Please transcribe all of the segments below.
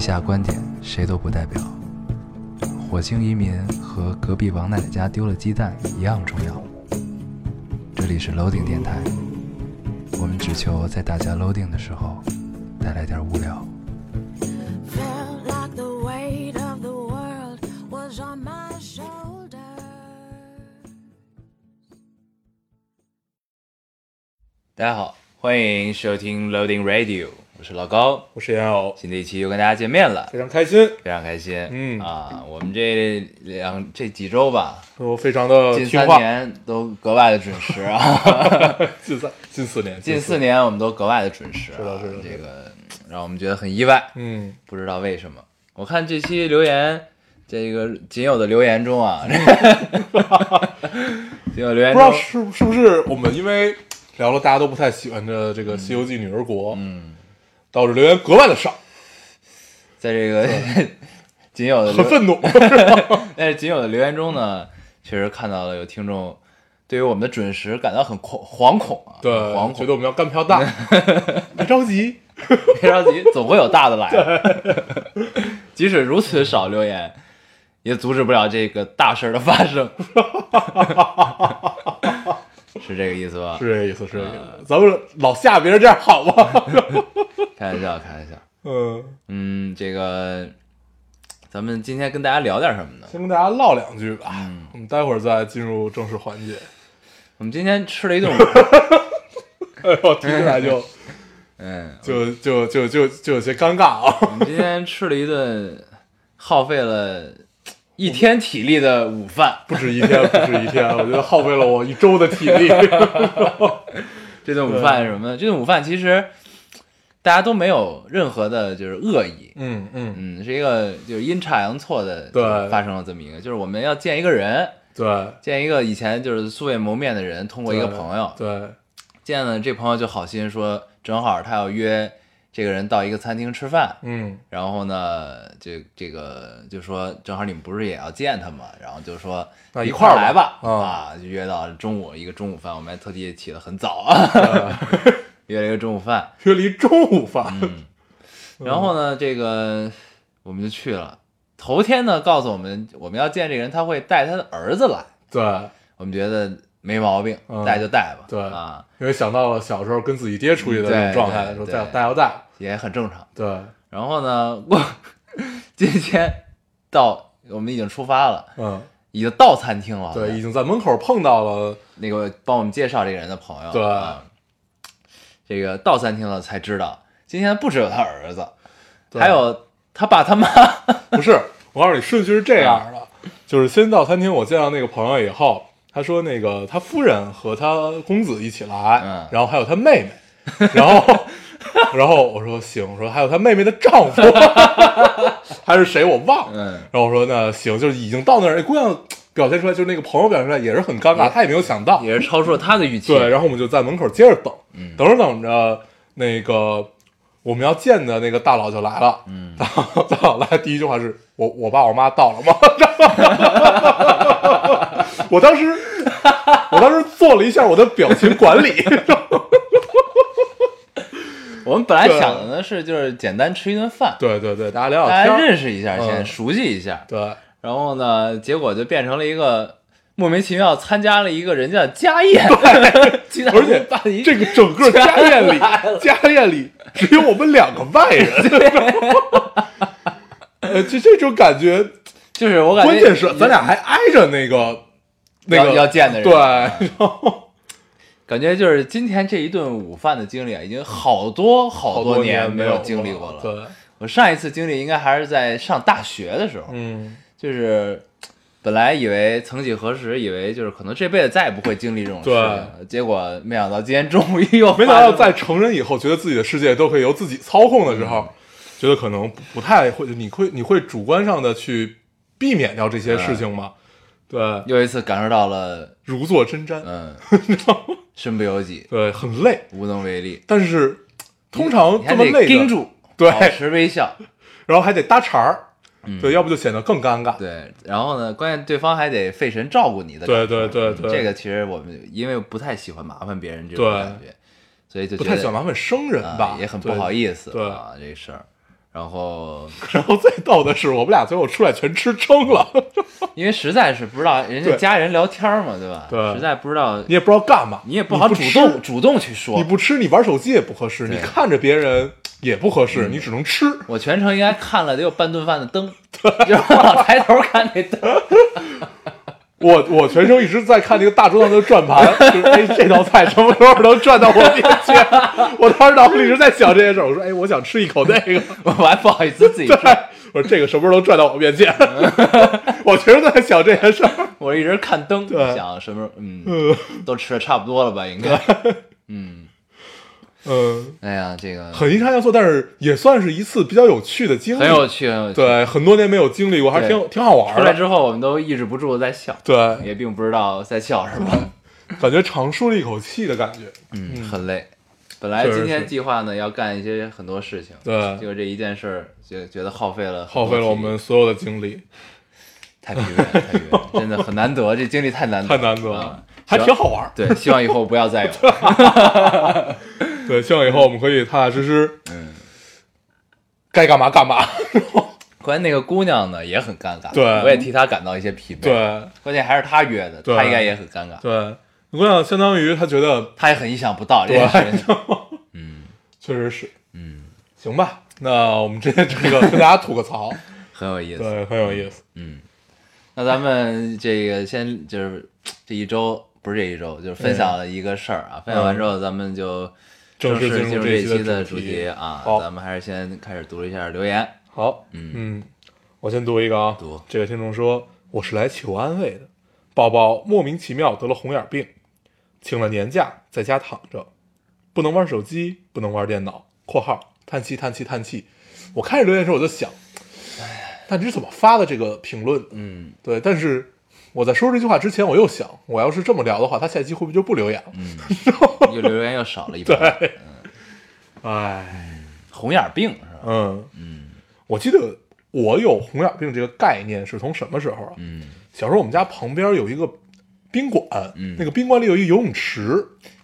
下观点谁都不代表。火星移民和隔壁王奶奶家丢了鸡蛋一样重要。这里是 Loading 电台，我们只求在大家 Loading 的时候带来点无聊。 Felt like the weight of the world was on my shoulders. 大家好，欢迎收听 Loading Radio，我是老高。我是严敖，新的一期又跟大家见面了，非常开心，非常开心。嗯啊，我们这两这几周吧，我非常的近听三话，年都格外的准时啊，近三近四年，近四，年我们都格外的准时、啊。是的是的是的这个让我们觉得很意外，嗯，不知道为什么。我看这期留言，这个仅有的留言中啊， 仅有留言嗯不知道中，是是不是我们因为聊了大家都不太喜欢的这嗯个《西游记》女儿国，嗯，导致留言格外的少，在这个 仅有的留 很愤怒，但是仅有的留言中呢，确实看到了有听众对于我们的准时感到很恐惶恐啊，对很 惶，觉恐得。我们要干 票大，别着急，别着急，总会有大的来。啊 即使如此少留言，也阻止不了这个大事儿的发生，是这个意思吧？是这意思，是这意呃思，咱们老吓别人这样好吗？ 开玩笑，开玩笑。嗯，嗯，这个咱们今天跟大家聊点什么呢？先跟大家唠两句吧，嗯我们待会儿再进入正式环节，我们今天吃了一顿午，哎呦，听起来 就嗯，就就就就就有些尴尬啊。我们今天吃了一顿耗费了一天体力的午饭。不止一天，不止一天，我觉得耗费了我一周的体 力。这顿午饭是什么呢？这顿午饭其实大家都没有任何的，就是恶意，嗯嗯，嗯，是一个就是阴差阳错的，对就是发生了这么一个，就是我们要见一个人，对见一个以前就是素未谋面的人，通过一个朋友对嗯见了这朋友就好心说，正好他要约这个人到一个餐厅吃饭。嗯然后呢，这这个就说正好你们不是也要见他吗？然后就说那一一块块儿儿来吧吧，啊，就约到中午一个中午饭，我们还特地起得很早 啊，约了一个中午饭，约了一中午嗯饭。然后呢，这个我们就去了。头天呢，告诉我们我们要见这个人，他会带他的儿子来。对，我们觉得没毛病，嗯带就带吧，对啊，因为想到了小时候跟自己爹出去的对那种状态，嗯对说对带带要带。也很正常。对，然后呢，我今天到我们已经出发了，嗯，已经到餐厅了。对，已经在门口碰到了。那个帮我们介绍这个人的朋友，对啊这个到餐厅了才知道，今天不只有他儿子，对还有他爸他妈。不是， 我告诉你，顺序是这样的，就是先到餐厅，我见到那个朋友以后，他说那个他夫人和他公子一起来，嗯然后还有他妹妹，然 后然后我说行，我说还有他妹妹的丈夫， 还是谁我忘了，嗯，然后我说那行，就是已经到那儿，那哎姑娘表现出来，就是那个朋友表现出来也是很尴尬，她也没有想到，也是超出了他的预期。对，然后我们就在门口接着等，等着等着，那个我们要见的那个大佬就来了，嗯，大佬大佬来第一句话是我我爸我妈到了吗？ 我当时我当时做了一下我的表情管理，我们本来想的呢是就是简单吃一顿饭，对对对，大家聊大聊天家儿，认识一下，嗯先熟悉一下，对然后呢，结果就变成了一个莫名其妙参加了一个人家的家宴， 鸡蛋而且拌一这个整个家宴里，家宴里只有我们两个外 人。呃，就这种感觉，就是我感觉关键是咱俩还挨着那个那要个要见的人对，然后感觉就是今天这一顿午饭的经历啊，已经好多好好多年没有经历过了。对，我上一次经历应该还是在上大学的时候，嗯，就是本来以为曾几何时，以为就是可能这辈子再也不会经历这种事情对了，结果没想到今天终于又没想到发生在成人以后，觉得自己的世界都可以由自己操控的时嗯候，觉得可能不不太会，你会你会主观上的去避免掉这些事情吗？对，又一次感受到了，如坐针毡， 嗯，身不由己，对，很累，无能为力。但是通常你这还么得累的盯住，对保持微笑，然后还得搭茬儿，对，要不就显得更尴尬。嗯对。然后呢，关键对方还得费神照顾你的感对受，对对对，这个其实我们因为不太喜欢麻烦别人这种对感觉，所以就不觉太得喜欢麻烦生人啊吧，也很不好思。意思对啊这事儿。然后然后最逗的是，我们俩最后出来全吃撑 了，因为实在是不知道人家对家人聊天嘛，对吧？对实在不知道，你也不知道干嘛，你也不好主吃动主动去说。你不吃，你玩手机也不合适，对嗯你看着别人也不合适，你只能吃。我全程应该看了得有半顿饭的灯，然后老抬头看那灯，我我全程一直在看那个大桌子上的转盘， 就是哎这道菜什么时候能转到我面前？我当时脑子里一直在想这件事儿，我说哎我想吃一口那个，我还不好意思自 己对吃，，我说这个什么时候能转到我面前？ 我全程在想这件事儿。我一直看灯，对想什么时候嗯，都吃的差不多了吧，应该。嗯，哎呀，这 个很遗憾要做，但是也算是一次比较有趣的经历， 很有趣，很有趣。对，很多年没有经历过，还挺对挺好玩出来的。之后我们都抑制不住地在笑，对，也并不知道在笑什么，感觉长舒了一口气的感觉。 嗯，很累。本来确实今天是计划呢要干一些很多事情，对结果这一件事儿就觉得耗费了很多耗费了我们体力，所有的精力，太疲惫，太疲惫了，真的很难得，这经历太难太难得了了，，嗯还挺好玩儿。对，希望以后不要再有。对，希望以后我们可以踏踏实实，嗯，该干嘛干嘛。关键那个姑娘呢也很尴尬，对我也替她感到一些疲惫。，对关键还是她约的，对她应该也很尴尬，对，姑娘相当于她觉得她也很意想不到这对件事情。确实是，嗯，行吧。那我们这这个跟大家吐个 槽，很有意思。对，很有意思。嗯，那咱们这个先就是这一周不是这一周，就是分享了一个事儿啊，分享完之后咱们就嗯正式式进进入这这期期的的主主题题啊。好咱们还是先开始读一下留言，好，嗯嗯，我先读一个啊，读这个听众说，我是来求安慰的，宝宝莫名其妙得了红眼病，请了年假在家躺着，不能玩手机，不能玩电脑（括号叹气叹气叹气）。我开始留言的时候我就想，那你是怎么发的这个评论？嗯对，但是我在说这句话之前，我又想，我要是这么聊的话，他下期会不会就不留言了？嗯，又留言又少了 一半，哎，红眼病是吧？嗯，嗯我记得我有红眼病这个概念是从什么时候啊？嗯，小时候我们家旁边有一个宾馆，嗯那个宾馆里有一个游泳池，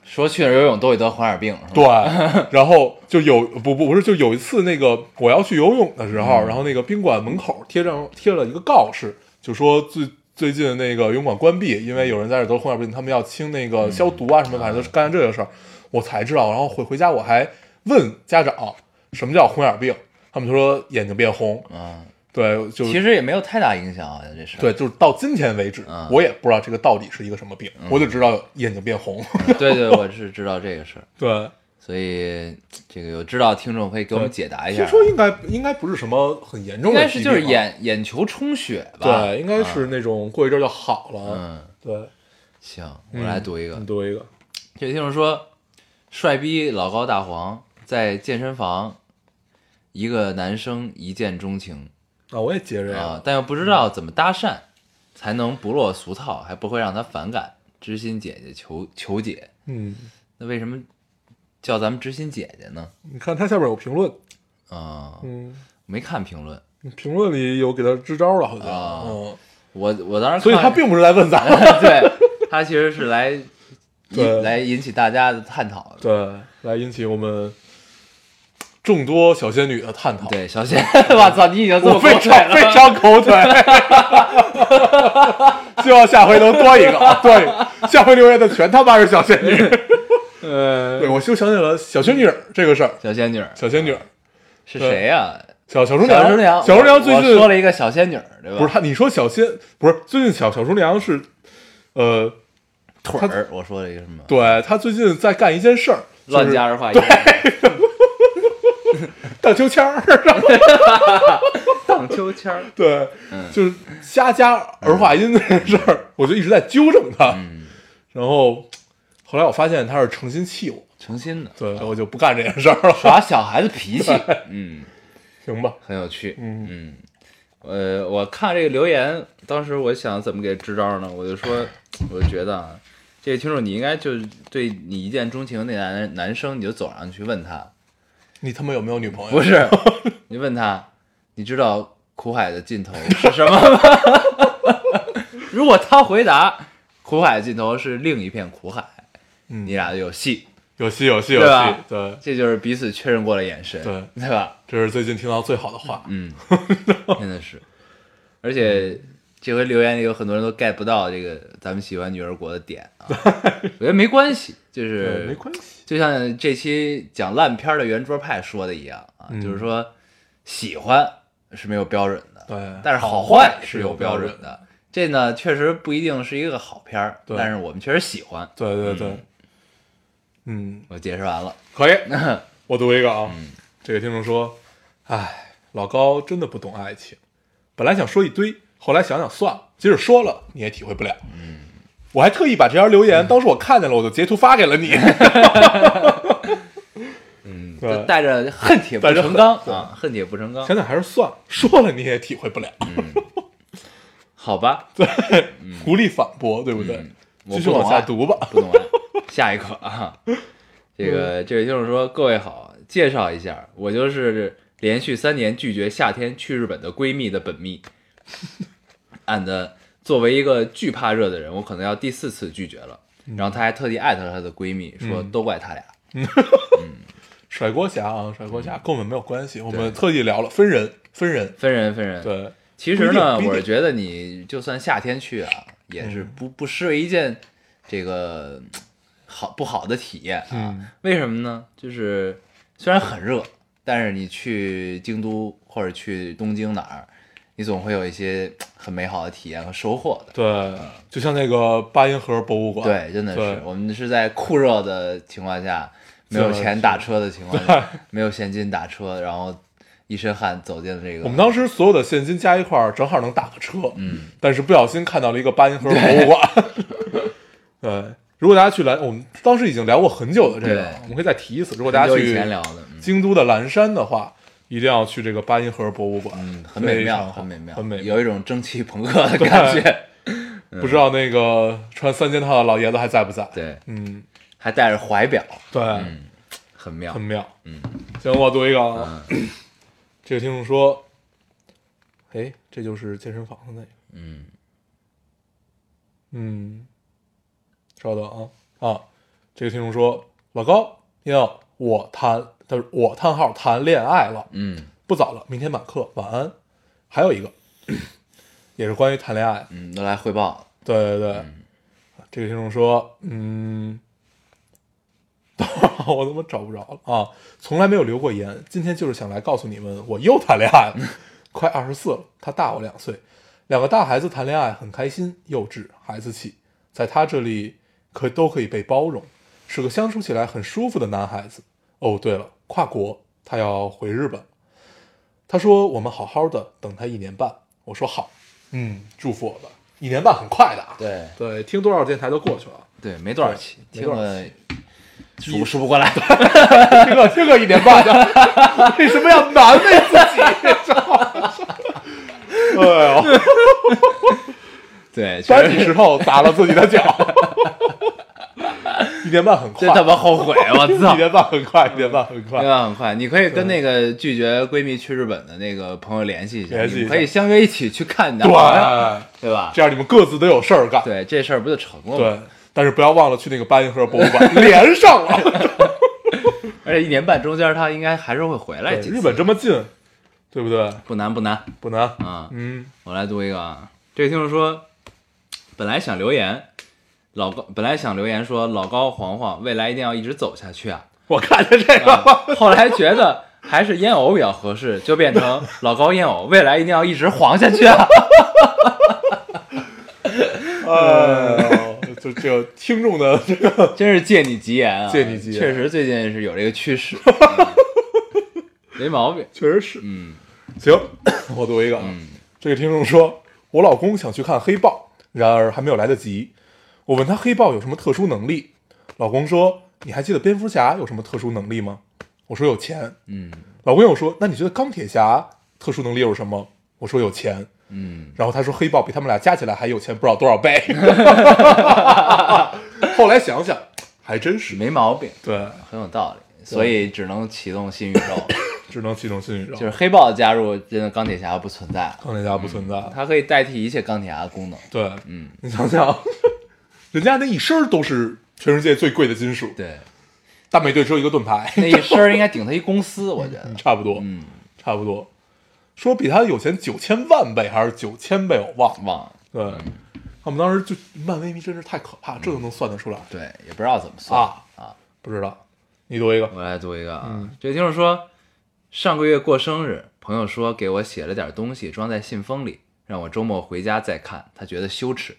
说去那儿游泳都会得红眼病是吧？对， 然后就有不不不是，就有一次那个我要去游泳的时嗯候，然后那个宾馆门口贴上贴了一个告示，就说最最近那个游泳馆关闭，因为有人在这得红眼病，他们要清那个消毒啊什么，反正就是干这个事儿，我才知道。然后回回家我还问家长什么叫红眼病，他们就说眼睛变红，嗯，对，就其实也没有太大影响，好像这事儿。对，就是到今天为止嗯，我也不知道这个到底是一个什么病，我就知道眼睛变红。 对对，我是知道这个事儿，对，所以这个有知道的听众可以给我们解答一下听。说应该应该不是什么很严重应的该疾是病啊，就是眼眼球充血吧？对，应该是那种过一阵儿就好了。嗯，对，行，我来读一个你。读一个，这位听众说，帅逼老高大黄在健身房，一个男生一见钟情啊，我也接这啊个，，但又不知道怎么搭讪，才能不落俗套，还不会让他反感。知心姐姐求求解，嗯，那为什么叫咱们知心姐姐呢？你看他下边有评论，啊，嗯，没看评论，评论里有给他支招了，好像，啊哎嗯，我我当时看所以他并不是来问咱们， 对他其实是来引对啊来引起大家的探讨的。 对，来引起我们众多小仙女的探讨。对，小仙， 我操，你已经这么啊我非过来常了非常口腿， 希望下回能多一 个，啊多一个。下回留言的全他妈是小仙女。对，我就想起了小仙女儿这个事儿，小仙女儿小仙女儿，是啊谁啊呀、小小厨小娘，厨娘，小厨娘最我近说了一个小仙女儿，对吧？不是他，你说小仙不是最近小小厨娘是，呃，腿儿，我说了一个什么？对他最近在干一件事儿，就是乱加儿化音， 荡秋千儿， 荡秋千儿。对，嗯就是瞎加儿化音这件事儿，我就一直在纠正他，嗯，然后后来我发现他是诚心气我，诚心的，对我就不干这件事儿了， 耍小孩子脾气，嗯，行吧，很有趣，嗯嗯。呃，我看这个留言，当时我想怎么给支招呢？我就说，我就觉得啊，这个听众你应该就是对你一见钟情那男男生，你就走上去问他，你他妈有没有女 朋友？不，是，你问他，你知道苦海 的尽头是什么吗？ 如果他回答苦海的尽头是另一片苦海，嗯你俩有戏。有戏有戏有戏对吧，对这就是彼此确认过了眼神，对对吧？这是最近听到最好的话。 嗯，真的是，而且这回留言里有很多人都 get 不到这个咱们喜欢女儿国的点啊，我觉得没关系，就对，没是关系，就像这期讲烂片儿的圆桌派说的一样啊，嗯就是说喜欢是没有标准的，对，但是好坏是有标准的。这呢，确实不一定是一个好片儿，对但是我们确实喜欢。对对对嗯，嗯，我解释完了，可以，我读一个啊，嗯这个听众说，唉，老高真的不懂爱情，本来想说一堆，后来想想算了，即使说了你也体会不了。嗯，我还特意把这条留言，当时我看见了，我就截图发给了你。 嗯，就对，带着恨铁不带着成恨钢啊，恨铁不成钢。想想还是算了，说了你也体会不了，好吧，无力反驳，对不对嗯？我继续不懂往下啊读吧。不懂啊，下一个啊，这嗯个这位听众说：“各位好，介绍一下，我就是连续三年拒绝夏天去日本的闺蜜的本蜜。and 作为一个惧怕热的人，我可能要第四次拒绝了。然后她还特地艾特她的闺蜜说：嗯都怪他俩。甩锅侠啊，甩锅侠跟我们没有关嗯系，我们特意聊了分人，分人，分人分人。对，其实呢，不一定不一定嗯我是觉得你就算夏天去啊，也是不不失为一件这个嗯好不好的体验啊。嗯为什么呢？就是虽然很热，但是你去京都或者去东京哪儿，你总会有一些嗯很美好的体验和收获的。对，就像那个八音盒博物馆，对，真的是对我们是在酷热的情况下，没有钱打车的情况下， 没有现金打车，然后一身汗走进了这个。我们当时所有的现金加一块儿，正好能打个车，嗯，但是不小心看到了一个八音盒博物馆。 对，如果大家去蓝，我们当时已经聊过很久的这个对，我们可以再提一次。如果大很家久以前去聊的，嗯京都的岚山的话，一定要去这个八音盒博物馆，嗯，很美非常妙，好很美妙，很美妙。有一种蒸汽朋克的感觉。不知道那个穿三件套的老爷子还在不在？对，嗯，还带着怀表，对，嗯，很妙很。妙。嗯，行，我读一个啊。这个听众说，哎，这就是健身房的那个。嗯，嗯，稍等啊啊！这个听众说，老高，你好，我谈，他说我叹号谈恋爱了，嗯不早了，明天满课，晚安。还有一个， 也是关于谈恋爱，嗯，都来汇报了。对对对，这个听众说，嗯， 等会儿啊我怎么找不着了啊？从来没有留过言，今天就是想来告诉你们，我又谈恋爱了， 快二十四了，他大我两岁，两个大孩子谈恋爱很开心，幼稚，孩子气，在他这里可都可以被包容，是个相处起来很舒服的男孩子。哦，对了，跨国，他要回日本。他说我们好好的等他一年半，我说好，嗯，祝福我吧，一年半很快的啊。对对，听多少电台都过去 了，对，没多少期，对听没多少了 数数不过来。这个这个一年半的， 为什么要难为自己？ 哎呦， 对，确搬起实石头砸了自己的脚， 一年半很快，真他妈后悔，我操 一！年半很快，一年半很对快，吧？很快，你可以跟那个拒绝闺蜜去日本的那个朋友联系一下，联系一下你们可以相约一起去看你 的对，朋友，对吧？这样你们各自都有事儿干，对，这事儿不就成了吗？对，但是不要忘了去那个八音盒博物 馆，连上了，而且一年半中间，他应该还是会回来对几次。日哎本这么近，对不对？不难不难不难，啊！嗯，我来读一个啊，这位听众说，本来想留言，老高本来想留言说老高黄黄未来一定要一直走下去啊，我看见这个了，啊后来觉得还是烟偶比较合适，就变成老高烟偶，未来一定要一直黄下 去啊！ 哎呦，就这个听众的 这个真是借你吉言啊，借你吉言确实最近是有这个趋 势，没毛病。确实是，嗯行， 我读一个啊。这个听众说，我老公想去看黑豹，然而还没有来得及。我问他黑豹有什么特殊能力，老公说，你还记得蝙蝠侠有什么特殊能力吗？我说有钱。嗯老公又说，那你觉得钢铁侠特殊能力有什么？我说有钱。嗯，然后他说黑豹比他们俩加起来还有钱不知道多少 倍。后来想想，还真是。没毛病，对，很有道理，所以只能启动新 宇宙，只能启动新宇宙。就是黑豹的加入，真的钢铁侠不存在了，钢铁侠不存在了。它可以代替一切钢铁侠的功能。对，嗯，你想想，人家那一身儿都是全世界最贵的金属，对，大美队只有一个盾牌， 那一身儿应该顶他一公司，我觉得。差不多，嗯，差不多。说比他有钱九千万倍还是九千倍，我忘了。忘了，对，我们当时就漫威迷真是太可怕，这都能算得出来，对，也不知道怎么算啊啊。不知道。你读一个，嗯我来读一个啊，这听众说，上个月过生日，朋友说给我写了点东西，装在信封里，让我周末回家再看，他觉得羞耻，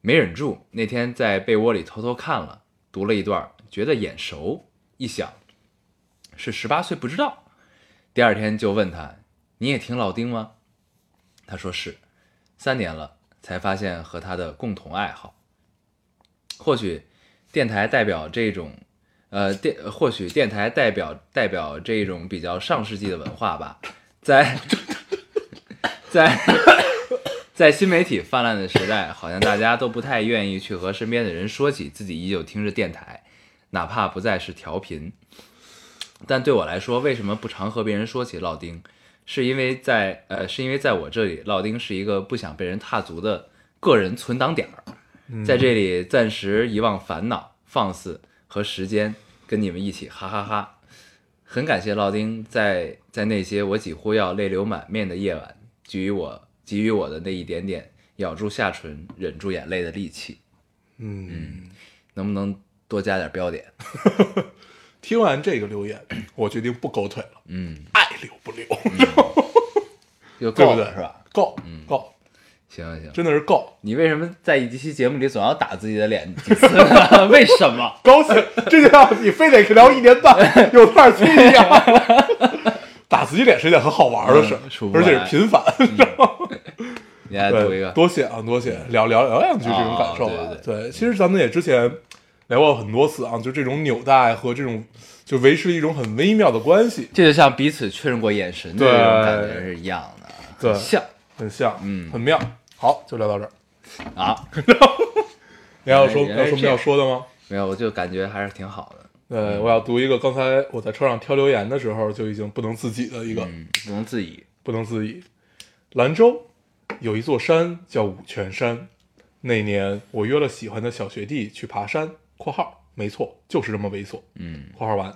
没忍住，那天在被窝里偷偷看了，读了一段，觉得眼熟，一想是十八岁不知道，第二天就问他，你也听老丁吗？他说是，三年了才发现和他的共同爱好，或许电台代表这种呃，电或许电台代表代表这种比较上世纪的文化吧，在 在在新媒体泛滥的时代，好像大家都不太愿意去和身边的人说起自己依旧听着电台，哪怕不再是调频。但对我来说，为什么不常和别人说起烙丁？是因为在呃，是因为在我这里，烙丁是一个不想被人踏足的个人存档点儿。嗯在这里暂时遗忘烦恼、放肆和时间，跟你们一起哈哈哈很感谢老丁在在那些我几乎要泪流满面的夜晚，给予我给予我的那一点点咬住下唇、忍住眼泪的力气。嗯，能不能多加点标点？听完这个留言，我决定不狗腿了，嗯，爱留不留，就对够不了对？是吧？？嗯够，够，行行，真的是够。你为什么在一期节目里总要打自己的脸几次 呢？为什么？高兴，这就让你非得聊一年半，有多少期 一样。打自己脸是一件很好玩的事，嗯数不而且完是频繁。你来读一对，个，多谢啊，多谢，聊聊聊两句这种感受吧。啊对对其实咱们也之前聊过很多次啊，就这种纽带和这种就维持一种很微妙的关系，这就像彼此确认过眼神的那种感觉是一样的，啊对很像很像，嗯很妙。好，就聊到这儿。啊。你还有说原有来是什么要说的吗？没有，我就感觉还是挺好的，呃，我要读一个刚才我在车上挑留言的时候就已经不能自己的一个，嗯，不能自已。不能自已。兰州有一座山叫五泉山，那年我约了喜欢的小学弟去爬山（括号没错，就是这么猥琐）。嗯，括号完，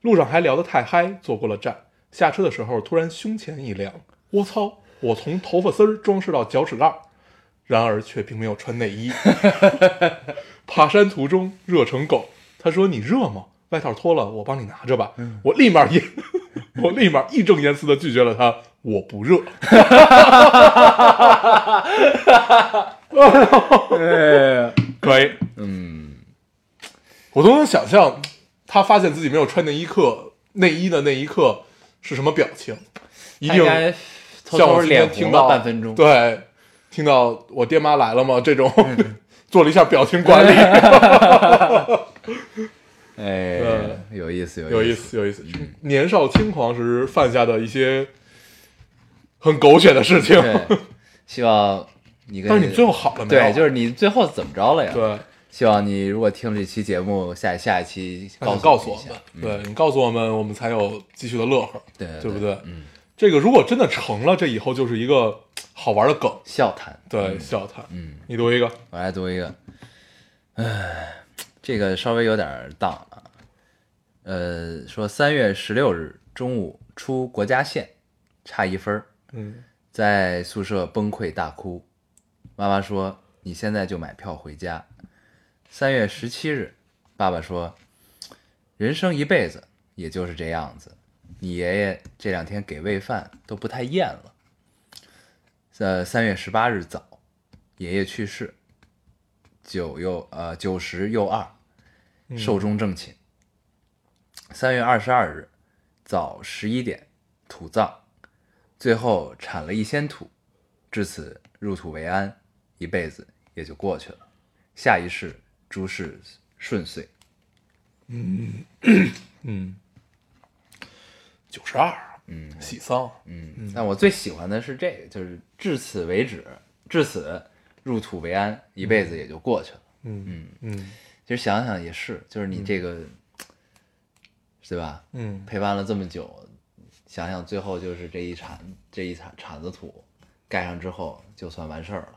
路上还聊得太嗨，坐过了站。下车的时候，突然胸前一凉，我操！我从头发丝儿装饰到脚趾盖儿，然而却并没有穿内衣。 爬山途中热成狗，他说：“你热吗？外套脱了，我帮你拿着吧。我立马一， 我立马义正言辞的拒绝了他，我不热。可以，嗯，我都能想象他发现自己没有穿内衣刻内衣的那一刻是什么表情，一他定应该偷像偷我今天脸红听了到半分钟。对，听到我爹妈来了吗？这种嗯 做了一下表情管理，哎，有意思，有意意。思，有意思。年少轻狂时犯下的一些很狗血的事情，对，希望你 跟但是你最后好了没有？对，就是你最后怎么着了呀？，对，希望你如果听了这期节目，下下一期那告你告诉诉我我们一下嗯们，对你告诉我们，我们才有继续的乐呵，对对不对？对？嗯这个如果真的成了，这以后就是一个好玩的梗，笑谈。对，笑谈。嗯，你读一个，我来读一个，唉，这个稍微有点儿荡啊。呃，说三月十六日中午出国家线，差一分儿。嗯，在宿舍崩溃大哭。妈妈说：“你现在就买票回家。”三月十七日，爸爸说：“人生一辈子也就是这样子，你爷爷这两天给喂饭都不太咽了。”呃，三月十八日早，爷爷去世，九又呃九十又二，寿终正寝。三月二十二日早十一点，土葬。最后铲了一仙土，至此入土为安，一辈子也就过去了。下一世诸事顺遂，九十二，嗯，喜丧，嗯，但我最喜欢的是这个，就是至此为止，至此入土为安，一辈子也就过去了。嗯嗯其实想想也是，就是你这个，对吧？嗯，陪伴了这么久，想想最后就是这一铲这一铲铲子土盖上之后，就算完事儿了。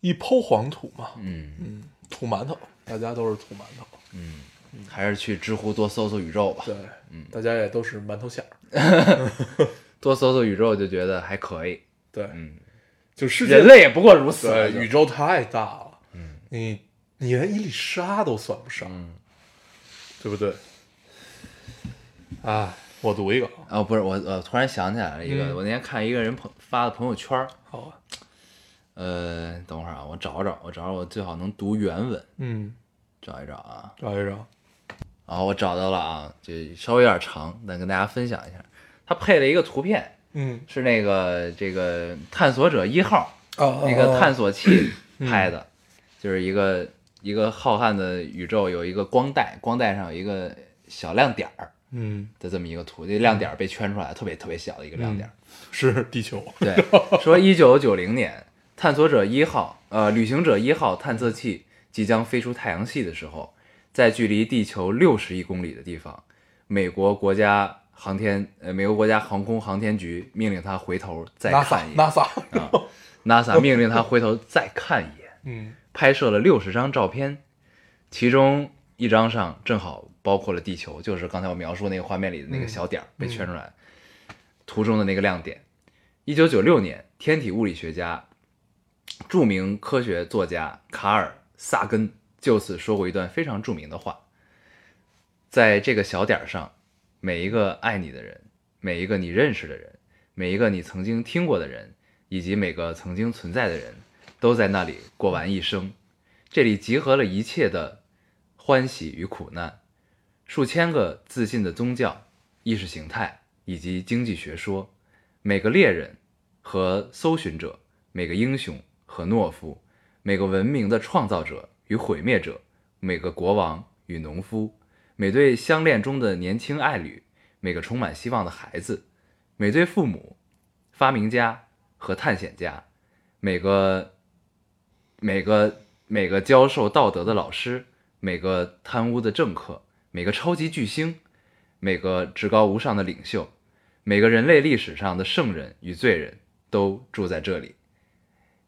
一抔黄土嘛，嗯，土馒头，大家都是土馒头，还是去知乎多搜搜宇宙吧对，，嗯，大家也都是馒头馅儿，多搜搜宇宙就觉得还可以，对，嗯，就世界 人类也不过如此。对就宇宙太大了，嗯，你你连伊丽莎都算不上，嗯，对不对？啊，我读一个，哦，不是我，我突然想起来了一个，嗯我那天看一个人朋发的朋友圈儿，好啊，呃，等会儿啊，我找找，我找找，我最好能读原文，嗯，哎找一找啊。找一找，然后我找到了啊，就稍微有点长，但跟大家分享一下。它配了一个图片，嗯，是那个这个探索者一号啊那个探索器拍的，就是一个一个浩瀚的宇宙有一个光带，光带上有一个小亮点儿嗯，的这么一个图，这亮点儿被圈出来，特别特别小的一个亮点儿。是地球，对，说一九九零年，探索者一号，呃，旅行者一号探测器即将飞出太阳系的时候，在距离地球六十亿公里的地方，美国国家航天，呃，美国国家航空航天局命令他回头再看一眼 NASA，NASA，啊，NASA 命令他回头再看一眼，嗯拍摄了六十张照片，其中一张上正好包括了地球，就是刚才我描述那个画面里的那个小点儿被圈出来，图中的那个亮点。一九九六年，天体物理学家、著名科学作家卡尔·萨根就此说过一段非常著名的话：在这个小点儿上，每一个爱你的人，每一个你认识的人，每一个你曾经听过的人，以及每个曾经存在的人，都在那里过完一生。这里集合了一切的欢喜与苦难，数千个自信的宗教、意识形态以及经济学说，每个猎人和搜寻者，每个英雄和懦夫，每个文明的创造者与毁灭者，每个国王与农夫，每对相恋中的年轻爱侣，每个充满希望的孩子，每对父母、发明家和探险家，每个每个每个教授道德的老师，每个贪污的政客，每个超级巨星，每个至高无上的领袖，每个人类历史上的圣人与罪人都住在这里，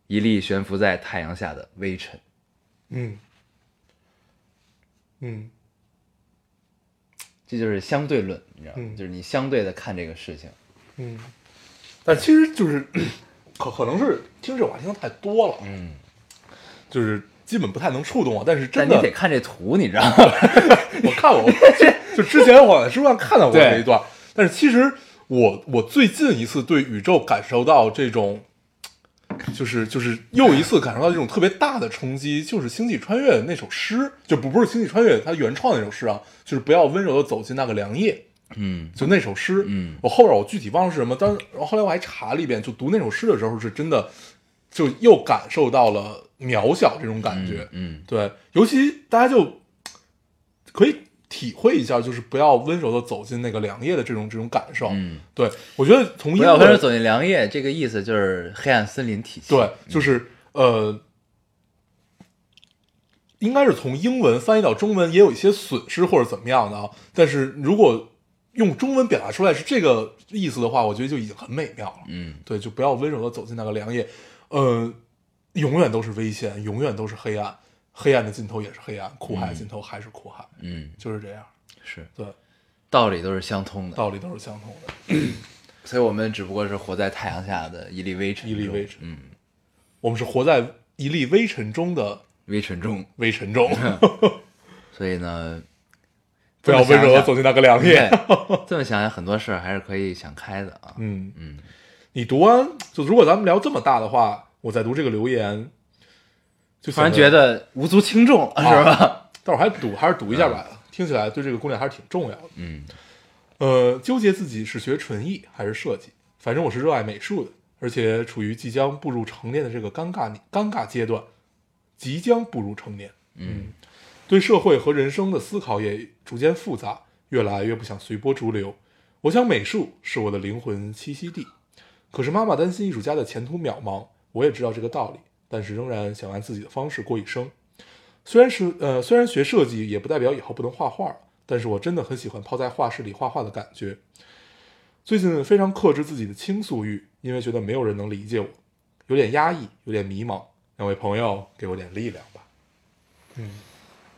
一粒悬浮在太阳下的微尘。嗯嗯这就是相对论，你知道吗？嗯就是你相对的看这个事情。嗯，但其实就是可可能是听这话听的太多了，嗯，就是基本不太能触动我，但是但真的你得看这图，你知道吗？ 我看我就之前我在知乎上看到过这一段，但是其实我我最近一次对宇宙感受到这种，就是就是又一次感受到这种特别大的冲击，就是《星际穿越》那首诗，就不不是《星际穿越》它原创那首诗啊，就是不要温柔的走进那个凉夜，嗯就那首诗，嗯我后边我具体忘了是什么，但然后后来我还查了一遍，就读那首诗的时候是真的，就又感受到了渺小这种感觉，嗯对，尤其大家就可以体会一下，就是不要温柔的走进那个凉夜的这种这种感受。嗯，对我觉得从英不要文跟着走进嗯良夜，这个意思就是黑暗森林体系。对，就是呃，应该是从英文翻译到中文也有一些损失或者怎么样的啊。但是如果用中文表达出来是这个意思的话，我觉得就已经很美妙了。嗯对，就不要温柔的走进那个良夜，呃，永远都是危险，永远都是黑暗，黑暗的尽头也是黑暗，苦海的尽头还是苦海，嗯，就是这样。是对，道理都是相通的，道理都是相同的。所以我们只不过是活在太阳下的一粒微尘一中，粒微尘嗯，我们是活在一粒微尘中的微尘中。微尘中，嗯所以呢， 不要温柔的走进那个良夜。嗯对，这么想想，很多事儿还是可以想开的啊。嗯嗯，你读完就如果咱们聊这么大的话，我再读这个留言，就突然显觉得无足轻重啊了，是 吧？待会儿还读还是读一下吧，听起来对这个姑娘还是挺重要的。嗯呃，纠结自己是学纯艺还是设计，反正我是热爱美术的，而且处于即将步入成年的这个尴尬尴尬阶段，即将步入成年，嗯，对社会和人生的思考也逐渐复杂，越来越不想随波逐流。我想美术是我的灵魂栖息地，可是妈妈担心艺术家的前途渺茫，我也知道这个道理，但是仍然想按自己的方式过一生。虽然是呃，虽然学设计也不代表以后不能画画了，但是我真的很喜欢泡在画室里画画的感觉。最近非常克制自己的倾诉欲，因为觉得没有人能理解我，有点压抑，有点迷茫。两位朋友，给我点力量吧。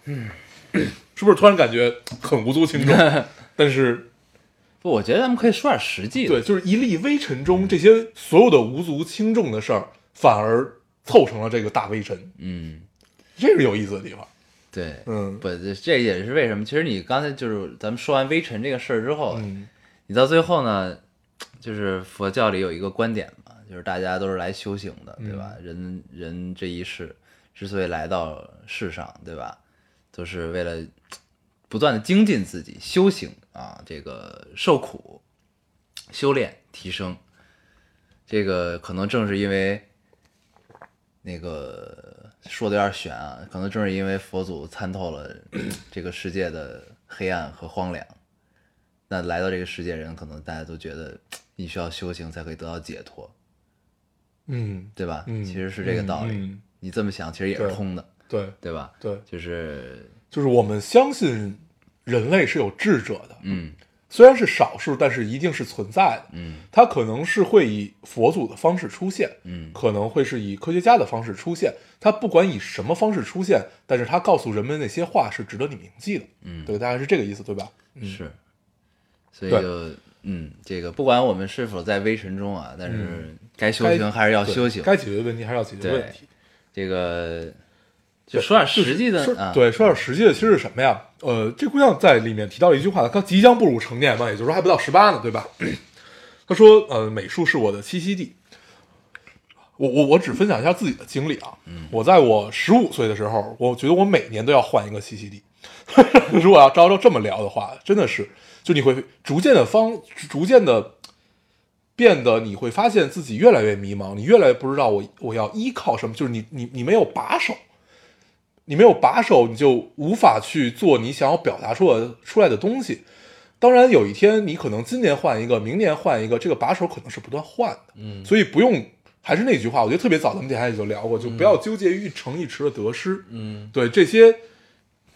嗯是不是突然感觉很无足轻重？但是，不，我觉得咱们可以说点实际的。对，就是一粒微尘中，这些所有的无足轻重的事儿，反而凑成了这个大微尘，嗯，这是有意思的地方。对，嗯不，这这也是为什么。其实你刚才就是咱们说完微尘这个事儿之后，啊嗯你到最后呢，就是佛教里有一个观点嘛，就是大家都是来修行的，对嗯吧？人人这一世之所以来到世上，对吧，都是为了不断的精进自己，修行啊，这个受苦、修炼、提升。这个可能正是因为那个说的有点悬啊，可能正是因为佛祖参透了 这个世界的黑暗和荒凉，那来到这个世界人，可能大家都觉得你需要修行才可以得到解脱，嗯，对吧？嗯啊其实是这个道理。嗯嗯你这么想，其实也是对通的，对对吧？对，就是，就是我们相信人类是有智者的，嗯虽然是少数，但是一定是存在的。嗯它可能是会以佛祖的方式出现，嗯，可能会是以科学家的方式出现。它不管以什么方式出现，但是它告诉人们那些话是值得你铭记的。嗯对，大概是这个意思，对吧？是，所嗯以对就，嗯，这个不管我们是否在微尘中啊，但是该嗯修该行还是要对修行。该解决的问题还是要解决问题。这个就说点实际的说啊，，对，说点实际的，其实是什么呀？呃，这姑娘在里面提到了一句话，她即将步入成年嘛，也就是说还不到十八呢，对吧？ 她说，呃，美术是我的栖息地。我我我只分享一下自己的经历啊。嗯我在我十五岁的时候，我觉得我每年都要换一个栖息地。 如果要照照这么聊的话，真的是，就你会逐渐的方，逐渐的变得你会发现自己越来越迷茫，你越来越不知道我我要依靠什么，就是你你你没有把手，你没有把手，你就无法去做你想要表达出的出来的东西。当然，有一天你可能今年换一个，明年换一个，这个把手可能是不断换的。嗯，所以不用，还是那句话，我觉得特别早，咱们电台里就聊过，就不要纠结于一城一池的得失。嗯，对，这些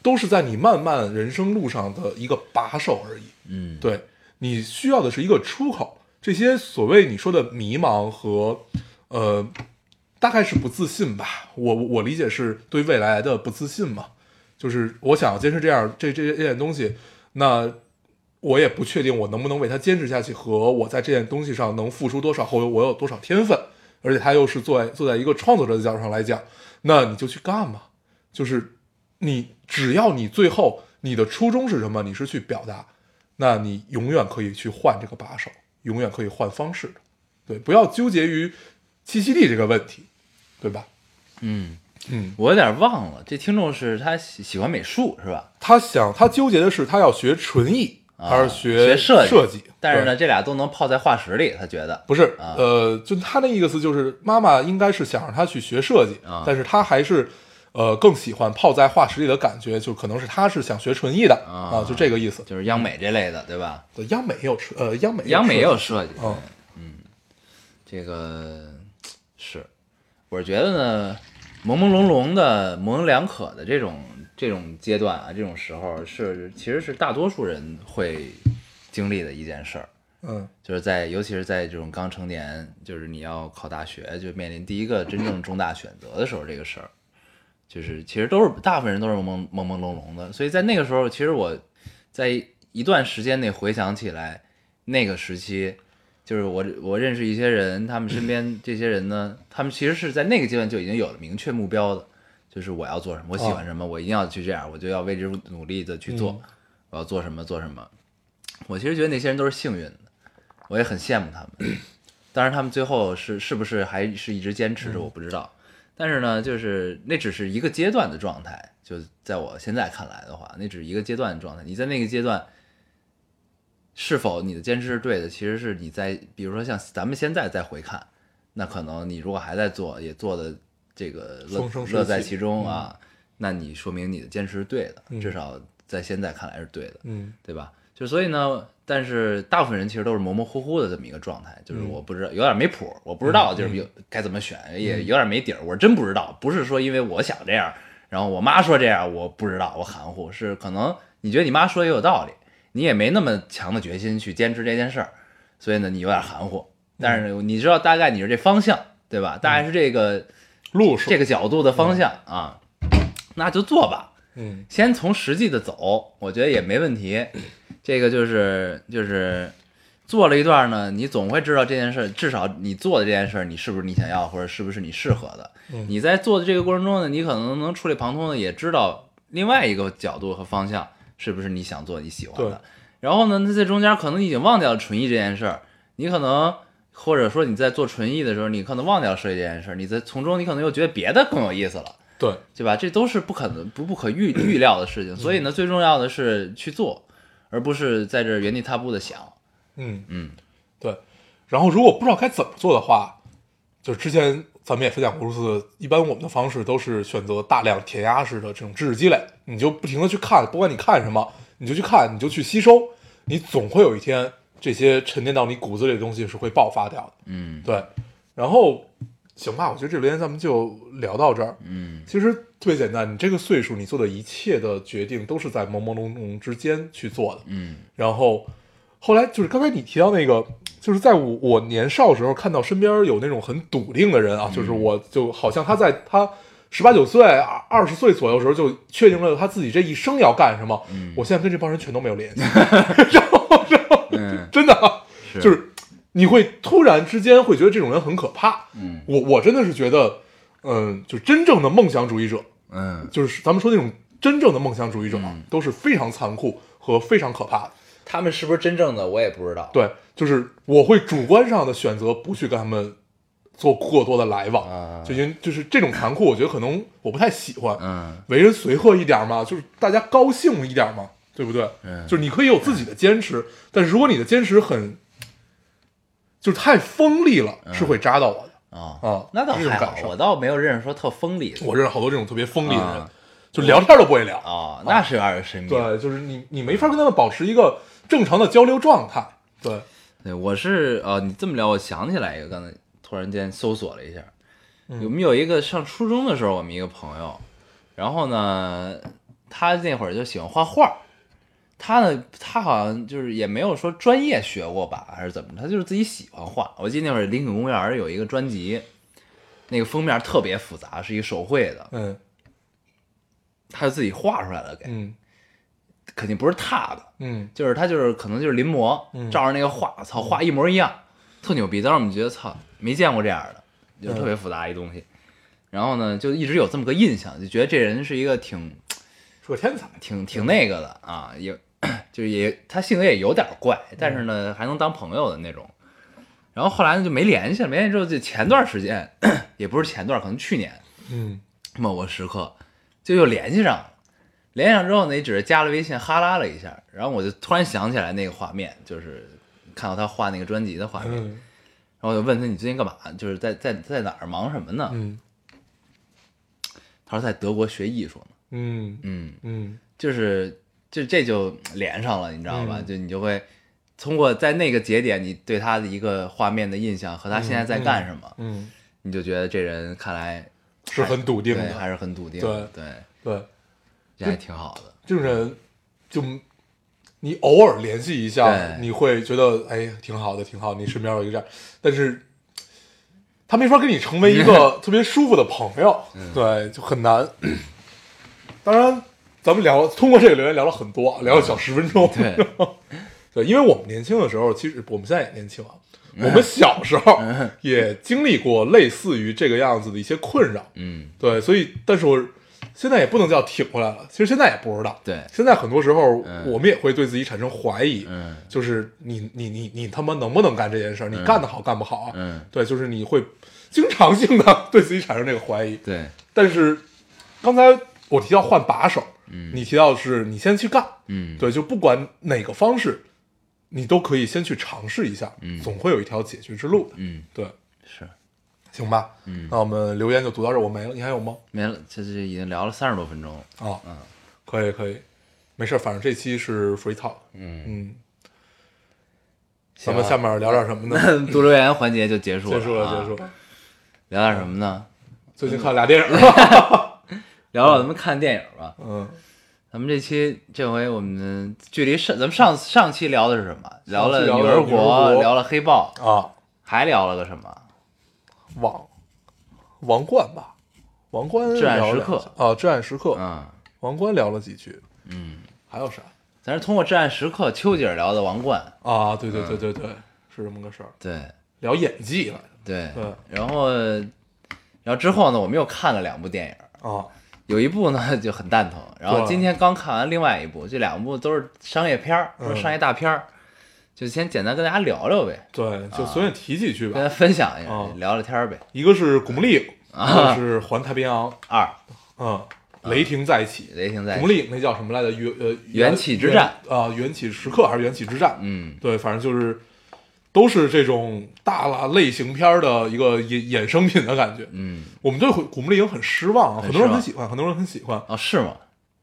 都是在你漫漫人生路上的一个把手而已。嗯，对你需要的是一个出口。这些所谓你说的迷茫和呃，大概是不自信吧。我我我理解是对未来的不自信嘛，就是我想要坚持这样这这这件东西，那我也不确定我能不能为它坚持下去，和我在这件东西上能付出多少，或者我有多少天分，而且它又是坐在坐在一个创作者的角度上来讲，那你就去干嘛，就是你只要你最后你的初衷是什么，你是去表达，那你永远可以去换这个把手，永远可以换方式的，对，不要纠结于栖息地这个问题，对吧？嗯，嗯，我有点忘了，这听众是他喜喜欢美术是吧？他想他纠结的是他要学纯艺啊还是学设设计计？但是对呢，这俩都能泡在化石里，他觉得不是，啊呃，就他那意思就是，妈妈应该是想让他去学设计，啊但是他还是，呃，更喜欢泡在化石里的感觉，就可能是他是想学纯艺的啊就这个意思。就是央美这类的，对吧？对央美也有纯，呃，央美央美也有设设计计，，嗯这个是，我觉得呢，朦朦胧胧的、模棱两可的这种这种阶段啊，这种时候是其实是大多数人会经历的一件事儿。嗯就是在，尤其是在这种刚成年，就是你要考大学，就面临第一个真正重大选择的时候，这个事儿，就是其实都是大部分人都是朦朦朦胧胧的，所以在那个时候，其实我在一段时间内回想起来，那个时期，就是我我认识一些人，他们身边这些人呢，他们其实是在那个阶段就已经有了明确目标的，就是我要做什么，我喜欢什么，我一定要去这样，我就要为之努力的去做，我要做什么做什么。我其实觉得那些人都是幸运的，我也很羡慕他们。 当然，他们最后是是不是还是一直坚持着，我不知道。但是呢，就是那只是一个阶段的状态，就在我现在看来的话，那只是一个阶段的状态。你在那个阶段，是否你的坚持是对的，其实是你在，比如说像咱们现在再回看，那可能你如果还在做，也做的这个乐风生水乐在起其中啊，那你说明你的坚持是对的，嗯至少在现在看来是对的。嗯对吧？就所以呢，但是大部分人其实都是模模糊糊的这么一个状态，就是嗯我不知道，有点没谱，我不知道就是有该怎么选，也有点没底儿，我真不知道。不是说因为我想这样，然后我妈说这样，我不知道，我含糊，是可能你觉得你妈说也有道理，你也没那么强的决心去坚持这件事儿，所以呢，你有点含糊。但是你知道大概你是这方向，对吧？大概是这个路数这个角度的方向啊，那就做吧，嗯先从实际的走，我觉得也没问题。这个就是就是做了一段呢，你总会知道这件事，至少你做的这件事，你是不是你想要，或者是不是你适合的。你在做的这个过程中呢，你可能能触类旁通的，也知道另外一个角度和方向是不是你想做、你喜欢对的。然后呢，那在中间可能已经忘掉了纯艺这件事儿，你可能或者说你在做纯艺的时候，你可能忘掉了设计这件事儿，你在从中你可能又觉得别的更有意思了。对，对吧？这都是不可能、不不可预预料的事情。所以呢，最重要的是去做，而不是在这儿原地踏步的想。嗯嗯，对。然后如果不知道该怎么做的话，就之前咱们也分享过无数次，一般我们的方式都是选择大量填鸭式的这种知识积累，你就不停的去看，不管你看什么，你就去看，你就去吸收，你总会有一天这些沉淀到你骨子里的东西是会爆发掉的。嗯对，然后行吧，我觉得这留言咱们就聊到这儿。嗯，其实特别简单，你这个岁数，你做的一切的决定都是在朦朦胧胧之间去做的。嗯，然后后来就是刚才你提到那个，就是在我我年少时候看到身边有那种很笃定的人啊，就是嗯我就好像他在他十八九岁、二十岁左右的时候就确定了他自己这一生要干什么。我现在跟这帮人全都没有联系， 然后然后嗯真的啊是就是你会突然之间会觉得这种人很可怕。嗯我我真的是觉得，嗯，就真正的梦想主义者，嗯，就是咱们说那种真正的梦想主义者啊，都是非常残酷和非常可怕的。他们是不是真正的我也不知道。，对，就是我会主观上的选择不去跟他们做过多的来啊往，就因为就是这种残酷，我觉得可能我不太喜欢。嗯为人随和一点嘛，就是大家高兴一点嘛，对不对？嗯就是你可以有自己的坚持，但是如果你的坚持很，就是太锋利了，是会扎到我的。啊啊嗯那倒这种还好感，受我倒没有认识说特锋利的。我认识好多这种特别锋利的人啊，就聊天都不会聊。哦，那是有点神秘。对，就是你你没法跟他们保持一个正常的交流状态。对，对，我是啊，你这么聊，我想起来一个，刚才突然间搜索了一下，我们有一个上初中的时候，我们一个朋友，然后呢，他那会儿就喜欢画画，他呢，他好像就是也没有说专业学过吧，还是怎么，他就是自己喜欢画。我记得那会儿林肯公园有一个专辑，那个封面特别复杂，是一个手绘的，嗯他就自己画出来了，给嗯肯定不是拓的，嗯就是他就是可能就是临摹，照着那个画，操，画一模一样，特牛逼。当时我们觉得操，没见过这样的，就是特别复杂一东西。然后呢，就一直有这么个印象，就觉得这人是一个挺是个天才。挺挺那个的啊，也 就是也他性格也有点怪，但是呢还能当朋友的那种。然后后来呢就没联系了，没联系之后就前段时间， 也不是前段，可能去年嗯某个时刻就又联系上了。联系上之后呢，也只是加了微信哈拉了一下，然后我就突然想起来那个画面，就是看到他画那个专辑的画面，嗯然后我就问他你最近干嘛？就是在在在哪儿忙什么呢？嗯他说在德国学艺术呢。嗯嗯，嗯就是就这就连上了，你知道嗯吧？就你就会通过在那个节点，你对他的一个画面的印象和他现在在干什么，嗯，你就觉得这人看来是很笃定对还的。啊是很笃定的，对，对，这还挺好的。这种人就你偶尔联系一下，对你会觉得哎挺好的，挺好。你身边有一个这样，但是他没法跟你成为一个嗯 特别舒服的朋友，对，就很难。当然，咱们聊通过这个留言聊了很多，聊了小十分钟。对 对，因为我们年轻的时候，其实我们现在也年轻啊。嗯我们小时候也经历过类似于这个样子的一些困扰，嗯，对，所以但是我现在也不能叫挺过来了，其实现在也不知道。对现在很多时候嗯我们也会对自己产生怀疑，嗯就是你你你你他妈能不能干这件事儿？你干得好干不好？嗯，对，就是你会经常性的对自己产生这个怀疑。对，但是刚才我提到换把手，嗯，你提到是你先去干，嗯，对，就不管哪个方式，你都可以先去尝试一下，嗯总会有一条解决之路的。嗯对，是行吧，嗯，那我们留言就读到这儿，我没了，你还有吗？没了，这这已经聊了三十多 分钟了。啊，嗯，可以可以，没事儿，反正这期是 free talk，嗯啊咱们下面聊点什么 呢？读留言环节就结束了，结束了，结束。了。了。聊点什么呢？最近看俩电影了，聊聊咱们看电影吧。嗯，咱们这期这回我们距离上咱们上上期聊的是什么？聊了聊了女儿女儿国聊了黑豹，啊，还聊了个什么？王王冠吧，王冠至暗聊了时两刻下啊，至暗时刻，啊，王冠聊了几句，嗯，还有啥咱是通过《至暗时刻》丘吉尔聊的王冠，啊？对对对对对，是这么个事儿，对聊演技来的对对然后然后之后呢，我们又看了两部电影，啊，有一部呢就很蛋疼，然后对今天刚看完另外一部，这两部都是商业片嗯儿，都是商业大片儿，就先简单跟大家聊聊呗，对，就啊随便提几句跟吧。大家分享一下，嗯聊聊天儿呗。一个是古墓丽影，啊一个是环太平洋，二啊嗯，雷霆再起，雷霆在古墓丽影那叫什么来着？元呃缘起之战元啊，缘起时刻还是缘起之战？嗯对，反正就是都是这种大辣类型片儿的一个衍衍生品的感觉。嗯， 我们对古古墓丽影很失望啊，很很多人失望很喜欢，很多人很喜欢。哦是吗？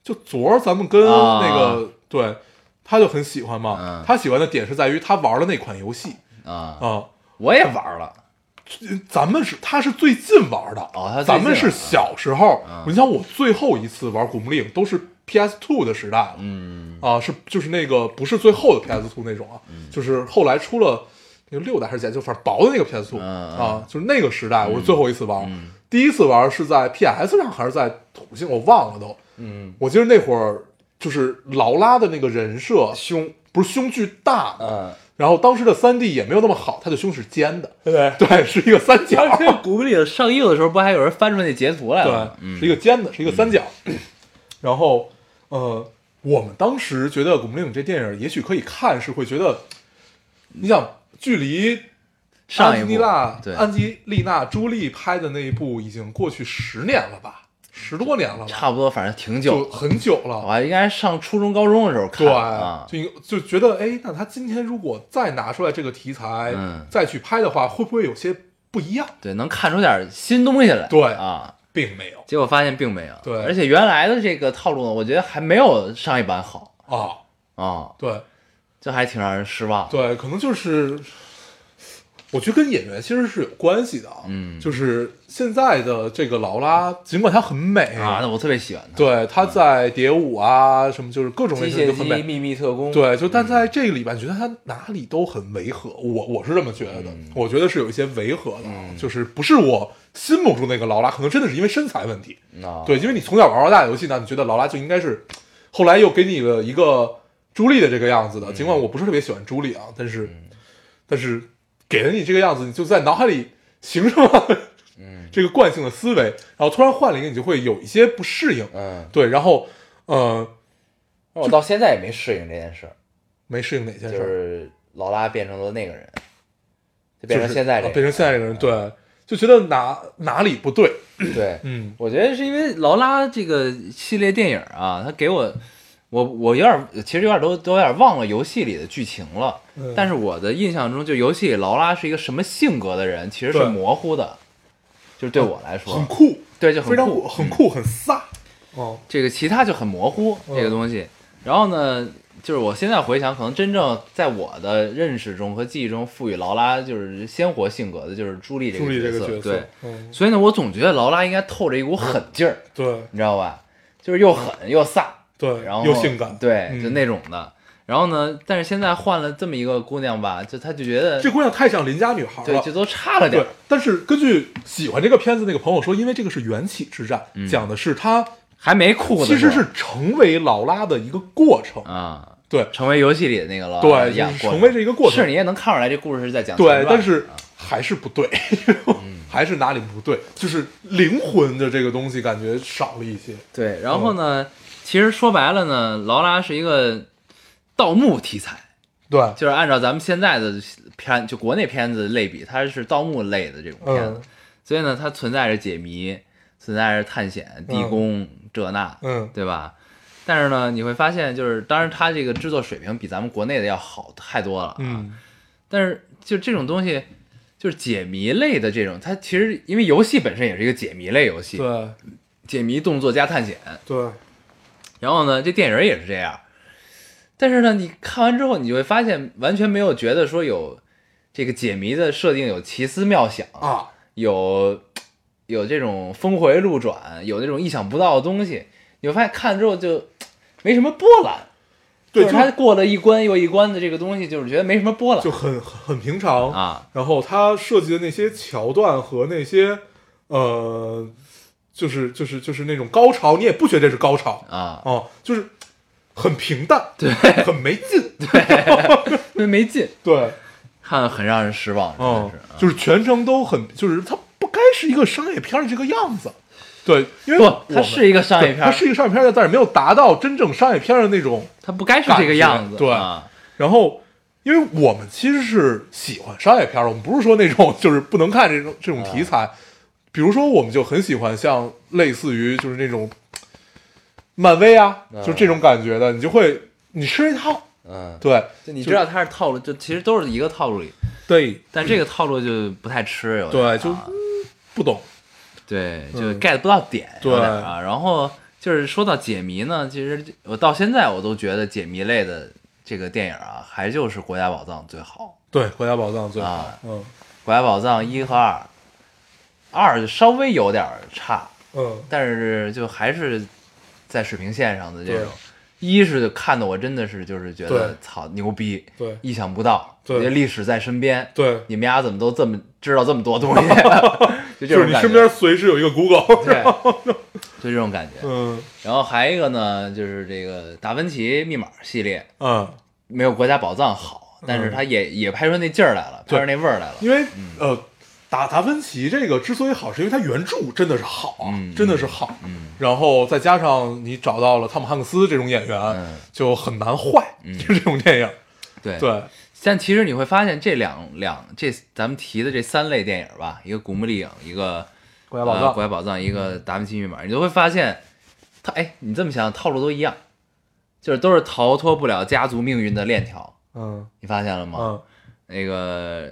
就昨儿咱们跟啊那个对，他就很喜欢嘛嗯，他喜欢的点是在于他玩了那款游戏啊，啊。我也玩了，咱们是他是最近玩的哦他最近咱们是玩的小时候嗯。你像我最后一次玩古墓丽影都是 PS Two 的时代了，嗯啊，是就是那个不是最后的 PS Two 那种啊，就是后来出了那个六代还是几代，就反正薄的那个 PS Two、嗯嗯啊，就是那个时代我最后一次玩，第一次玩是在 PS 上还是在土星，我忘了都。嗯，我记得那会儿就是劳拉的那个人设凶，不是胸巨大嘛，嗯，然后当时的三 D 也没有那么好，他的胸是尖的，对 不对，是一个三角，当时古墓丽影上映的时候，不还有人翻出那截图来对了？，是一个尖的，是一个三角。然后，呃，我们当时觉得《古墓丽影》这电影也许可以看，是会觉得，你想距离上安一吉部丽娜对，安吉丽娜朱莉拍的那一部已经过去十年了吧，十多年了吧，差不多，反正挺就久。很久我了。还应该上初中、高中的时候对看的啊，，就就觉得，哎，那他今天如果再拿出来这个题材，嗯再去拍的话，会不会有些不一样？对，能看出点新东西来。对啊，并没有结果发现并没有。对而且原来的这个套路呢，我觉得还没有上一版好啊，啊，对，这还挺让人失望。对，可能就是，我觉得跟演员其实是有关系的啊。嗯就是现在的这个劳拉，尽管她很美啊，，那我特别喜欢他。对，她在蝶舞啊，什么就是各种类机型就械很姬、美。秘密特工，对，就但在这个里边，觉得她哪里都很违和，我我是这么觉得的，嗯我觉得是有一些违和的啊，就是不是我心目中那个劳拉，可能真的是因为身材问题，啊，对，因为你从小玩到大的游戏呢，你觉得劳拉就应该是，后来又给你了一个朱莉的这个样嗯子的。尽管我不是特别喜欢朱莉啊，但是，但是给了你这个样子，你就在脑海里形成了 嗯这个惯性的思维，然后突然换了一个，你就会有一些不适应。嗯，对，然后，呃，我到现在也没适应这件事儿。没适应哪件就事儿，是劳拉变成了那个人，就就变成是现在啊这个人，嗯变成现在这个人，对，就觉得哪哪里不对，对，嗯我觉得是因为劳拉这个系列电影啊，它给我，我我有点儿其实有点儿都都有点儿忘了游戏里的剧情了，嗯但是我的印象中，就游戏里劳拉是一个什么性格的人，其实是对模糊的，就是对我来说，很酷，对，就很非常酷嗯酷，很酷，很飒，哦，这个其他就很模糊嗯这个东西。然后呢，就是我现在回想，可能真正在我的认识中和记忆中赋予劳拉就是鲜活性格的，就是朱莉这个朱莉这个角角色对，，嗯，所以呢，我总觉得劳拉应该透着一股狠劲儿，对你知道吧？就是又狠又飒，对，然后又性感，对，嗯就那种的。然后呢，但是现在换了这么一个姑娘吧，就她就觉得这姑娘太像邻家女孩对，了。就都差了点对儿。，但是根据喜欢这个片子那个朋友说，因为这个是缘起之战，嗯讲的是她还没酷呢。其实是成为劳拉的一个过程。啊，对成为游戏里的那个劳拉对，一就样是过成为这一个过程是。你也能看出来这故事是嗯在讲前对，传但是还是不对， 还是哪里不对，就是灵魂的这个东西感觉少了一些。对，然嗯后呢，其实说白了呢，劳拉是一个盗墓题材，对，就是按照咱们现在的片，就国内片子类比，它是盗墓类的这种片子，嗯所以呢，它存在着解谜，存在着探险、地宫、这那，嗯对吧？但是呢，你会发现，就是当然它这个制作水平比咱们国内的要好太多了啊，嗯，但是就这种东西。就是解谜类的这种，它其实因为游戏本身也是一个解谜类游戏，对解谜动作加探险，对，然后呢，这电影也是这样，但是呢，你看完之后，你就会发现完全没有觉得说有这个解谜的设定有奇思妙想，啊，有有这种峰回路转，有那种意想不到的东西，你会发现看了之后就没什么波澜。对，就就是他过了一关又一关的这个东西，就是觉得没什么波澜就很很很平常啊。然后他设计的那些桥段和那些呃，就是就是就是那种高潮，你也不觉得这是高潮啊，哦，就是很平淡，对，很没劲，因为没劲，对，看了很让人失望，真嗯的是。啊就是全程都很，就是它不该是一个商业片儿这个样子，对，因为不我，它们是一个商业对片儿它，是一个商业片儿，但是没有达到真正商业片儿的那种。它不该是这个样子，感觉对啊然后，因为我们其实是喜欢商业片儿，我们不是说那种就是不能看这种这种题啊材。比如说，我们就很喜欢像类似于就是那种漫威啊，就这种感觉的，你就会你吃一套，嗯，对就你就知道它是套路，就其实都是一个套路里，对但这个套路就不太吃，有点对，啊就不懂，对，就嗯 get 不到点，对有点啊。然后就是说到解谜呢，其实我到现在我都觉得解谜类的这个电影啊，还就是《国家宝藏》最好，对国家宝藏最好啊，嗯《国家宝藏》一和二，二稍微有点差，嗯，但是就还是在水平线上的这对种。一是看的我真的是就是觉得对操牛逼，对意想不到，对我觉得历史在身边，对，你们家怎么都这么知道这么多东 西？就这就是种你感身觉边，随时有一个 Google，对，就这种感觉。嗯然后还有一个呢，就是这个达芬奇密码系列嗯，没有《国家宝藏》好，但是它也、也拍出那劲儿来了，对拍出那味儿来了。因为呃，达达芬奇这个之所以好，是因为它原著真的是好啊，嗯真的是好。嗯，然后再加上你找到了汤姆汉克斯这种演员，嗯就很难坏，嗯就是这种电影。对。呃对，但其实你会发现，这两两这咱们提的这三类电影吧，一个《古墓丽影》，一个国呃家《宝藏，嗯国家宝藏》，一个《达芬奇密码》，你就会发现，它哎，你这么想，套路都一样，就是都是逃脱不了家族命运的链条，嗯你发现了吗？嗯，那个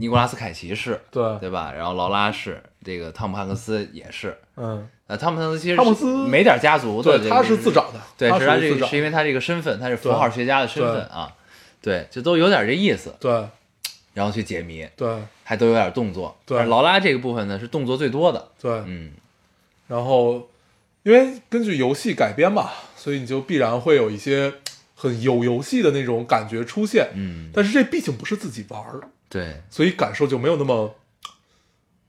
尼古拉斯凯奇是，对，对吧？然后劳拉是，这个汤姆汉克斯也是。嗯，呃，汤姆汉克斯其实汤姆是斯没点家族的，对，他是自，找的，对，他是他属于这自个找是因为他这个身份，他是符对号学家的身份啊，对，就都有点这意思，对然后去解谜，对还都有点动作。对而劳拉这个部分呢是动作最多的，对，嗯，然后因为根据游戏改编嘛，所以你就必然会有一些很有游戏的那种感觉出现。嗯但是这毕竟不是自己玩儿，对，所以感受就没有那么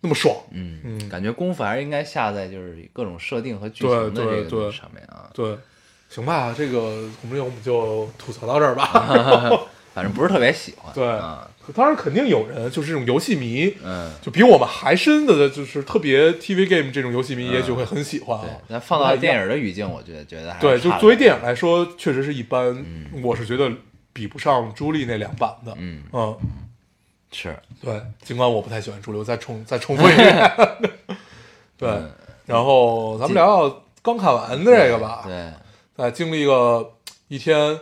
那么爽。嗯嗯感觉功夫还是应该下在就是各种设定和剧情的对对这个对上面啊，对，行吧，这个红之友我们就吐槽到这儿吧。 反正不是特别喜欢，对啊，当然，肯定有人就是这种游戏迷，嗯，就比我们还深的，就是特别 TV game 这种游嗯戏迷，也许会很喜欢对啊。，但放到电影的语境，我觉得觉得还是对，就差作为点电影来说，确实是一般，我是觉得比不上朱莉那两版的。嗯嗯，是，对，尽管我不太喜欢朱莉，我再重再重复一遍。嗯 对，然后咱们聊聊刚看完的这个吧。对。在经历了一天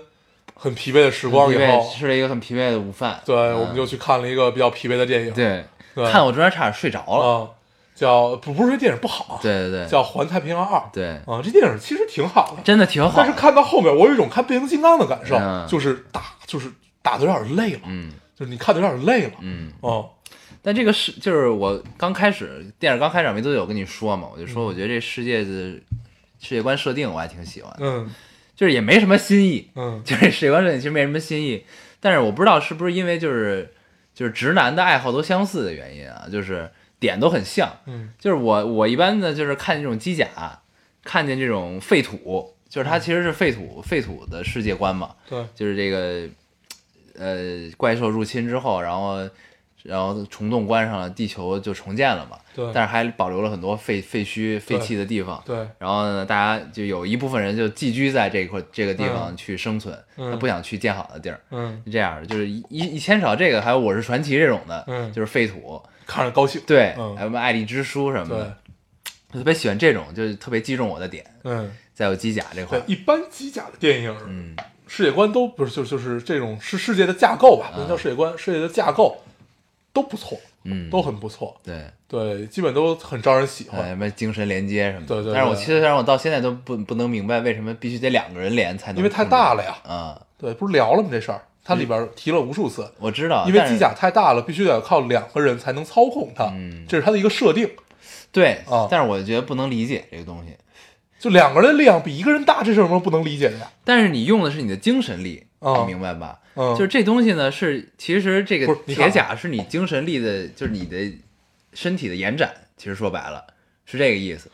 很疲惫的时光以疲后惫，吃了一个很疲惫的午饭，对，嗯我们就去看了一个比较疲惫的电影，对，对看我中间差点睡着啊、了，叫不不是这电影不好啊，对对对，叫《环太平洋二》对，啊，这电影其实挺好的，真的挺好但是，看到后面，我有一种看变形金刚的感受，嗯就是打就是打的有点累了，嗯就是你看的有点累了，嗯，嗯但这个是就是我刚开始电影刚开始没多久，我跟你说嘛，我就嗯说我觉得这世界的世界观设定我还挺喜欢的，嗯就是也没什么新意， 嗯就是世界观设定其实没什么新意，但是我不知道是不是因为就是就是直男的爱好都相似的原因啊，就是点都很像，嗯就是我我一般呢，就是看这种机甲，看见这种废土，就嗯是它其实是废土废土的世界观嘛，对就是这个呃怪兽入侵之后，然后然后虫洞关上了，地球就重建了嘛，对但是还保留了很多废废墟废弃的地方。对然后呢，大家就有一部分人就寄居在这块这个地方嗯去生存，嗯他不想去建好的地儿，嗯，是这样的，就是一一一牵扯到这个，还有《我是传奇》这种的，嗯就是废土，看着高兴，对，嗯还有什么爱丽之书什么的对，，我特别喜欢这种，就是特别击中我的点，嗯在有机甲这对块儿，，一般机甲的电影，啊嗯，世界观都不是，就是就是这种世世界的架构啊吧，不能叫世界观，世界的架构都不错，嗯都很不错，对，对，基本都很招人喜还有欢，哎什么精神连接什么的，对对对但是我其实让我到现在都不不能明白为什么必须得两个人连才能，因为太大了呀。啊、对，不是聊了吗？这事儿，它里边提了无数次，我知道，因为啊但是机甲太大了，必须得靠两个人才能操控它，嗯这是它的一个设定。对、啊但是我觉得不能理解这个东西，就两个人的力量比一个人大，这事儿有什么不能理解的呀？但是你用的是你的精神力，啊你明白吧？嗯，就是这东西呢，是其实这不个是你看铁啊甲是你精神力的，就是你的身体的延展。其实说白了，是这个意思。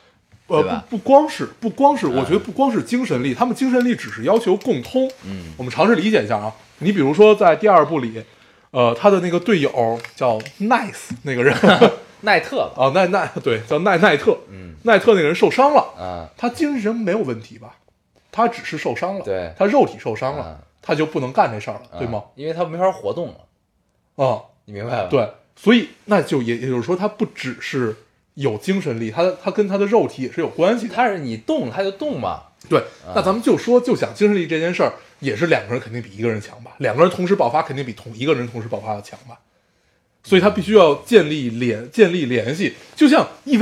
呃，对吧不不光是不光是，我觉得不光是精神力，他们精神力只是要求共通。嗯，我们尝试理解一下啊。你比如说在第二部里，呃，他的那个队友叫 Nice 那个人 奈特吧，啊，奈奈对，叫奈奈特，嗯奈特那个人受伤了，啊，他精神没有问题吧？他只是受伤了，对他肉体受伤了，啊他就不能干这事儿了，啊对吗？？因为他没法活动了，嗯啊、你明白吧？，对，所以那就也也就是说，他不只是有精神力，他他跟他的肉体也是有关系的。他是你动他就动嘛，对，啊那咱们就说，就讲精神力这件事儿，也是两个人肯定比一个人强吧？两个人同时爆发，肯定比同一个人同时爆发要强吧？所以他必须要建立联建立联系，就像 E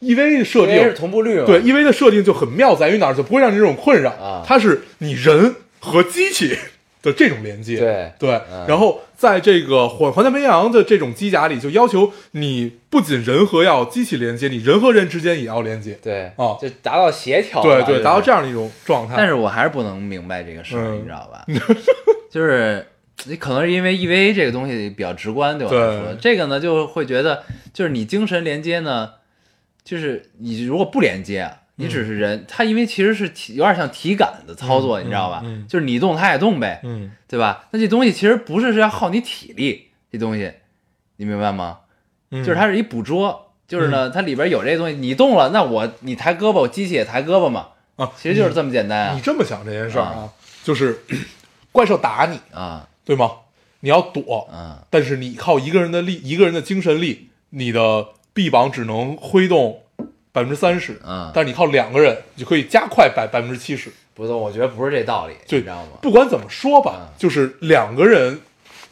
EVA，EVA 的设因 E 为是定，同步率嘛。对 EVA 的设定就很妙，在于哪儿就不会让你这种困扰，啊它是你人和机器的这种连接，对对，嗯然后在这个环环太平洋的这种机甲里，就要求你不仅人和要机器连接，你人和人之间也要连接，对，啊就达到协调嘛，对就是对，达到这样的一种状态，但是我还是不能明白这个事儿，嗯你知道吧？ 就是你可能是因为 EVA 这个东西比较直观，对我来说，对这个呢就会觉得，就是你精神连接呢，就是你如果不连接啊，你只是人，它因为其实是体有点像体感的操作，嗯你知道吧？嗯嗯就是你动它也动呗，嗯。对吧？那这东西其实不是是要耗你体力，这东西你明白吗？嗯就是它是一捕捉，就是呢，它里边有这东西，你动了，那我你抬胳膊，我机器也抬胳膊嘛，啊，其实就是这么简单啊。你这么想这件事儿啊啊，就是 怪兽打你，啊对吗？你要躲，啊但是你靠一个人的力，一个人的精神力，你的臂膀只能挥动百分之三十，啊但是你靠两个人，你就可以加快百百分之七十。不动，我觉得不是这道理，就你知道吗？ 不管怎么说吧嗯，就是两个人，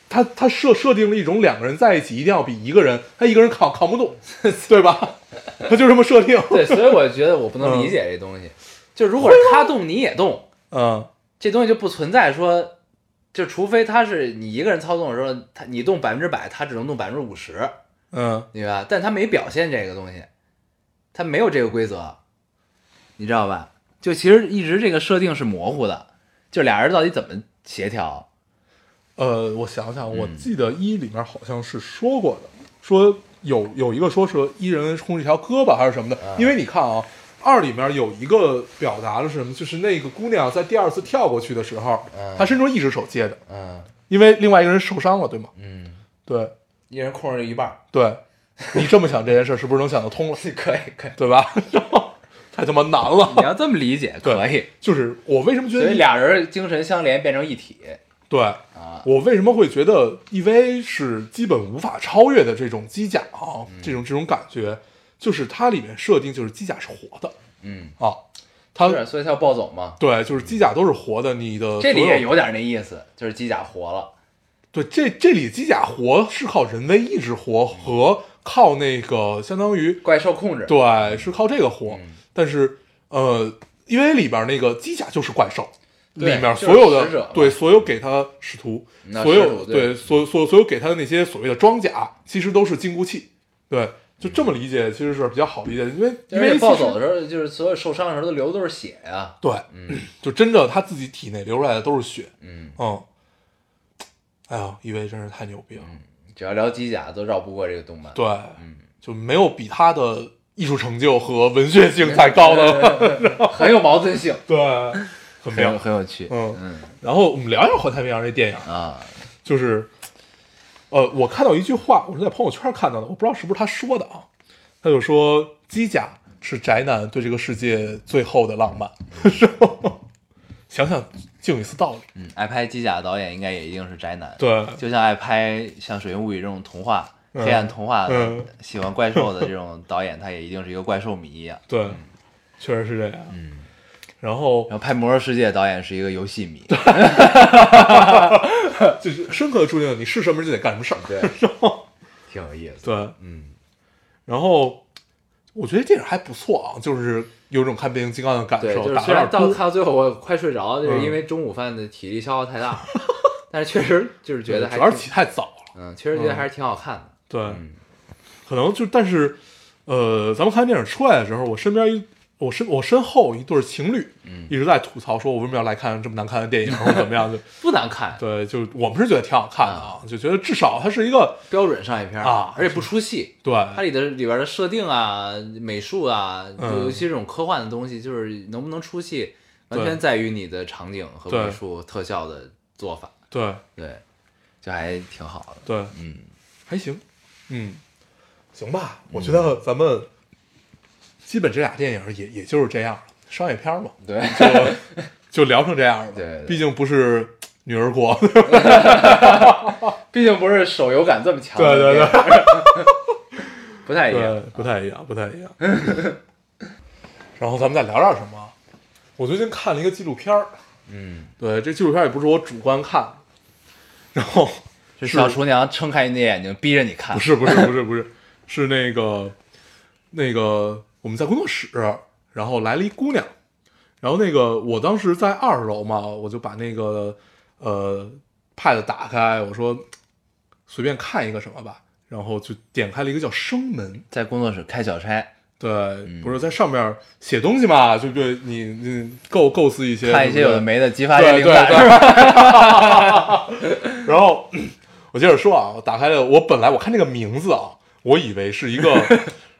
他他设设定了一种两个人在一起一定要比一个人，他一个人扛扛不动，对吧？他就这么设定。对，所以我觉得我不能嗯理解这东西。就如果是他动你也动，嗯，这东西就不存在说，就除非他是你一个人操纵的时候，他你动百分之百，他只能动百分之五十，嗯，明白吧？但他没表现这个东西，他没有这个规则，你知道吧？就其实一直这个设定是模糊的，就俩人到底怎么协调？呃，我想想，我嗯记得一里面好像是说过的，说有有一个说是一人控制一条胳膊还是什么的，因为你看啊，二里面有一个表达的是什么，就是那个姑娘在第二次跳过去的时候，嗯她伸出一只手接的，嗯因为另外一个人受伤了，对吗？嗯，对一人控制一半儿，对，你这么想这件事儿是不是能想得通了， 可以可以。对吧？ 太他妈难你了，要这么理解对可以，就是我为什么觉所得以俩人精神相连变成一体对啊，我为什么会觉得 EVA 是基本无法超越的这种机甲啊？这种这种感觉，就是它里面设定就是机甲是活的嗯，啊，它是，所以他要暴走嘛。对，就是机甲都是活的。你的这里所也呃有点那意思，就是机甲活了，对这这里机甲活是靠人为意志活和靠那个相当于怪兽控制，对是靠这个活嗯，但是呃，EVA 里边那个机甲就是怪兽。里对面就是所有使者嘛嗯的对所有给他使徒，那所使有徒对对所所所有给他的那些所谓的装甲，其实都是禁锢器。对，就这么理解，其实是比较好理解，因为因而且为暴其实走的时候，嗯就是所有受伤的时候都流的都是血啊呀。对，就真的他自己体内流出来的都是血。嗯，嗯，哎呀，一位真是太牛逼嗯了。只要聊机甲都绕不过这个动漫。对，嗯就没有比他的艺术成就和文学性再 高的嗯了。对，很有矛盾性，对，很很有妙。很有趣。嗯嗯然后我们聊聊《环太平洋》这电影，啊，就是，呃，我看到一句话，我是在朋友圈看到的，我不知道是不是他说的啊。他就说，机甲是宅男对这个世界最后的浪漫，是吧？ 想想竟有一丝道理。嗯，爱拍机甲的导演应该也一定是宅男。，对，就像爱拍像《水形物语》这种童话、嗯黑暗童话的嗯，喜欢怪兽的这种导演，他也一定是一个怪兽迷一样。对，确实是这样。嗯。然后然后拍《魔兽世界》的导演是一个游戏迷，就是深刻的注定了你是什么人就得干什么事儿。对， 挺有意思。对，嗯，然后我觉得电影还不错啊，就是有种看变形金刚的感对，受，就是打有虽点然到多看。到最后我快睡着，就是嗯因为中午饭的体力消耗 太大了，但是确实就是觉得还主要是挺起太早了。嗯，确实觉得还是挺好看的。对，嗯可能就但是，呃，咱们看电影出来的时候，我身边一我身我身后一对情侣，一直在吐槽说，我为什么要来看这么难看的电 影，或者怎么样？就不难看，对，就我们是觉得挺好看的啊，就觉得至少它是一个标准商业片儿啊而且不出戏。对它里的里边的设定啊、美术啊，嗯尤其是这种科幻的东西，就是能不能出戏，完对全在于你的场景和对美术特效的做法。对对，就还挺好的。对，嗯，还行，嗯，行吧，我觉得咱们基本这俩电影也也就是这样了，商业片 嘛，对，就就聊成这样了。对对毕竟不是女儿国， 毕竟不是手游感这么强。对对对， 不太一对样。，不太一样，不太一样。然后咱们再聊点什么？我最近看了一个纪录片儿，嗯，对，这纪录片儿也不是我主观看的，然后这是小厨娘撑开你的眼睛，逼着你看。不是不是不是不是，是那个那个我们在工作室，然后来了一姑娘，然后那个我当时在二楼嘛，我就把那个呃 pad 打开，我说随便看一个什么吧，然后就点开了一个叫《生门》，在工作室开小差，嗯对，不是在上面写东西嘛，就对你你构构思一些看一些有的没。没的，激发一些灵对感。对是 吧然后 我接着说啊，我打开了，我本来我看这个名字啊，我以为是一 个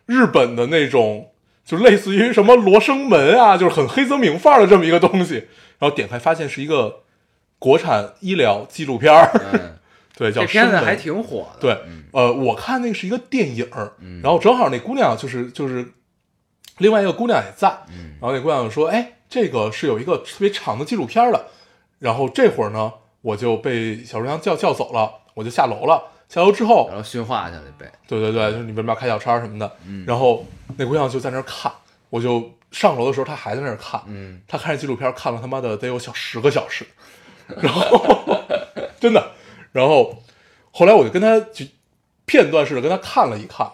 日本的那种，就类似于什么罗生门啊，就是很黑泽明范儿的这么一个东西。然后点开发现是一个国产医疗纪录片儿，嗯， 对，叫这片子生门还挺火的。对，呃，我看那个是一个电影儿，然后正好那姑娘就是就是另外一个姑娘也在，然后那姑娘就说，哎，这个是有一个特别长的纪录片儿的，然后这会儿呢，我就被小厨娘叫叫走了，我就下楼了，下楼之后然，后驯化去了呗。对对对，就是你为什么要开小差什么的，然后那姑娘就在那儿看，我就上楼的时候她还在那儿看，嗯，他看这纪录片看了他妈的得有小十个小时，然后 真的，然后后来我就跟他就片段式的跟他看了一看，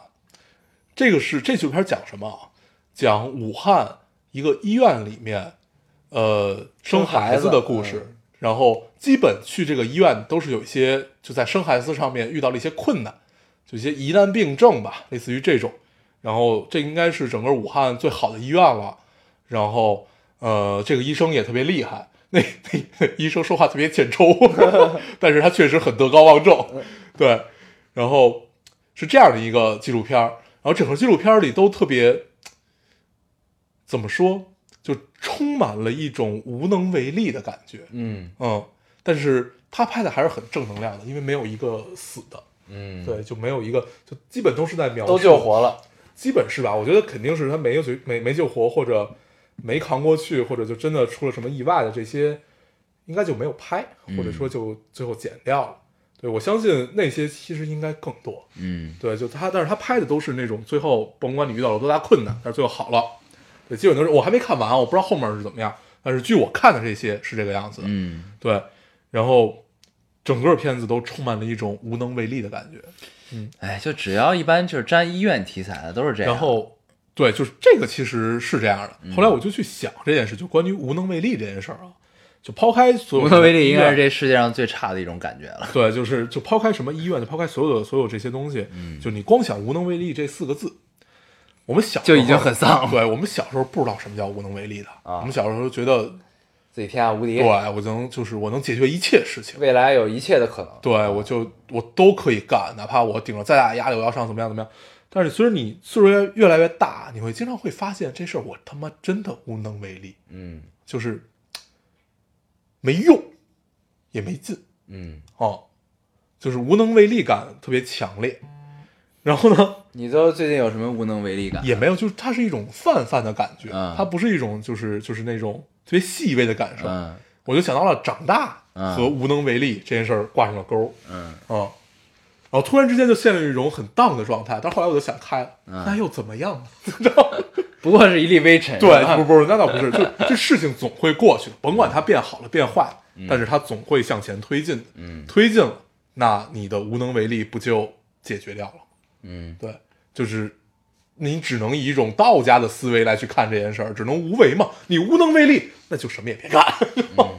这个是这纪录片讲什么啊？讲武汉一个医院里面，呃，生生孩孩子子的故事。然后基本去这个医院都是有一些就在生孩子上面遇到了一些困难，就一些疑难病症吧，类似于这种。然后这应该是整个武汉最好的医院了。然后呃，这个医生也特别厉害， 那那那医生说话特别欠抽， 但是他确实很德高望重，对。然后是这样的一个纪录片儿，然后整个纪录片儿里都特别怎么说，就充满了一种无能为力的感觉，嗯嗯。但是他拍的还是很正能量的，因为没有一个死的，嗯，对，就没有一个，就基本都是在描述都救活了。基本是吧？我觉得肯定是他没有救没没救活，或者没扛过去，或者就真的出了什么意外的这些，应该就没有拍，或者嗯说就最后剪掉了。对我相信那些其实应该更多。嗯，对，就他，但是他拍的都是那种最后甭管你遇到了多大困难，但是最后好了。对，基本都是我还没看完啊，我不知道后面是怎么样，但是据我看的这些是这个样子的。嗯，对，然后整个片子都充满了一种无能为力的感觉。哎，就只要一般就是沾医院题材的都是这样。然后，对，就是这个其实是这样嗯的。后来我就去想这件事，就关于无能为力这件事儿啊，就抛开所有无的能为力应该医院是这世界上最差的一种感觉了。对，就是就抛开什么医院，就抛开所有的所有这些东西，嗯就你光想无能为力这四个字，我们小时候就已经很丧了对，我们小时候不知道什么叫无能为力的，啊我们小时候觉得，自己天下无敌对我能就是我能解决一切事情，未来有一切的可能。对我就我都可以干，哪怕我顶着再大的压力，我要上怎么样怎么样。但是随着你岁数越越来越大，你会经常会发现这事儿我他妈真的无能为力，嗯就是没用，也没劲嗯，啊，就是无能为力感特别强烈。然后呢，你都最近有什么无能为力感？也没有，就是它是一种泛泛的感觉，嗯它不是一种就是就是那种特别细微的感受。嗯我就想到了长大嗯和无能为力这件事儿挂上了钩。嗯啊，然后突然之间就陷入一种很 down 的状态，但后来我就想开了，嗯那又怎么样呢？不过是一粒微尘。是 对，吧不不，那倒不是，就这事情总会过去的，甭管它变好了变坏了，但是它总会向前推进的，嗯推进了，那你的无能为力不就解决掉了吗？嗯对，就是你只能以一种道家的思维来去看这件事儿，只能无为嘛，你无能为力，那就什么也别干。嗯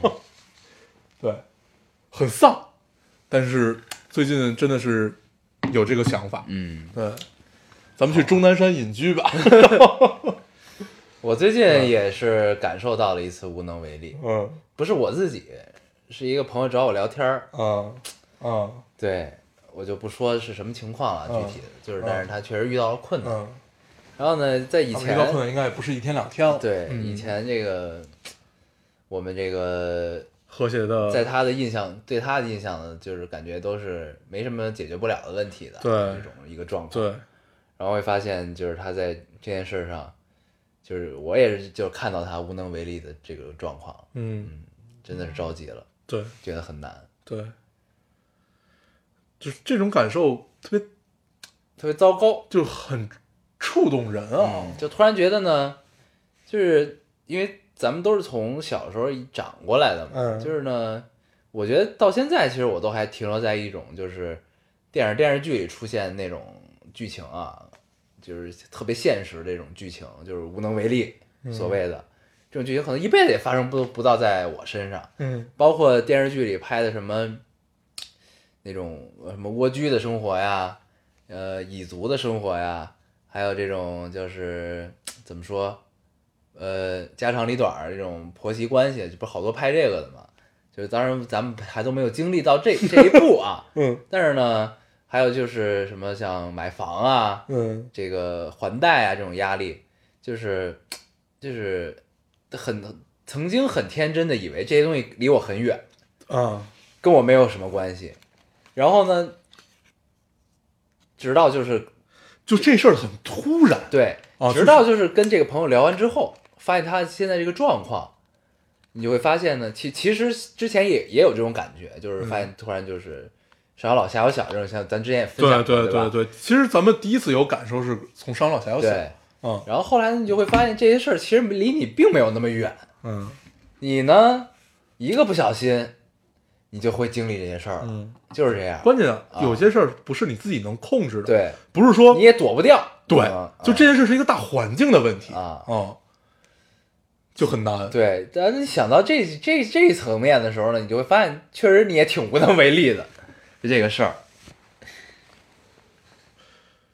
对，很丧，但是最近真的是有这个想法，嗯， 对，咱们去终南山隐居吧。我我最近也是感受到了一次无能为力，嗯不是我自己，是一个朋友找我聊天儿，啊啊对我就不说是什么情况了，嗯具体的就是，但是他确实遇到了困难。嗯，然后呢，在以他们前遇，到困难应该也不是一天两天了。，对、嗯以前这个我们这个和谐的在他的印象，对他的印象呢，就是感觉都是没什么解决不了的问题的，对这种一个状况。对，然后会发现，就是他在这件事上，就是我也是就看到他无能为力的这个状况，嗯真的是着急了，对觉得很难，对，就是这种感受特别特别糟糕。就很触动人啊。嗯，就突然觉得呢，就是因为咱们都是从小时候一长过来的嘛，嗯就是呢，我觉得到现在其实我都还停留在一种就是电影电视剧里出现那种剧情啊，就是特别现实的这种剧情，就是无能为力所谓的、这种剧情，可能一辈子也发生不不到在我身上，嗯包括电视剧里拍的什么那种呃什么蜗居的生活呀，呃，蚁族的生活呀，还有这种就是怎么说，呃，家长里短儿这种婆媳关系，这不是好多拍这个的嘛？就是当然咱们还都没有经历到这这一步啊，嗯但是呢，还有就是什么像买房啊，嗯这个还贷啊这种压力，就是就是很曾经很天真的以为这些东西离我很远，啊跟我没有什么关系。然后呢，直到就是就这事儿很突然，对，哦直到就是跟这个朋友聊完之后，发现他现在这个状况，你就会发现呢，其其实之前也也有这种感觉，就是嗯发现突然就是上有老下有小这种，像咱之前也分享对过，对吧对？对，其实咱们第一次有感受是从上到下有小，对嗯然后后来你就会发现这些事儿其实离你并没有那么远，嗯你呢一个不小心，你就会经历这些事儿了，嗯，就是这样。关键啊有些事儿不是你自己能控制的，，啊对，不是说你也躲不掉。对嗯，就这件事是一个大环境的问题啊嗯，就很难，对，但是你想到这这这层面的时候呢，你就会发现，确实你也挺无能为力的，就这个事儿。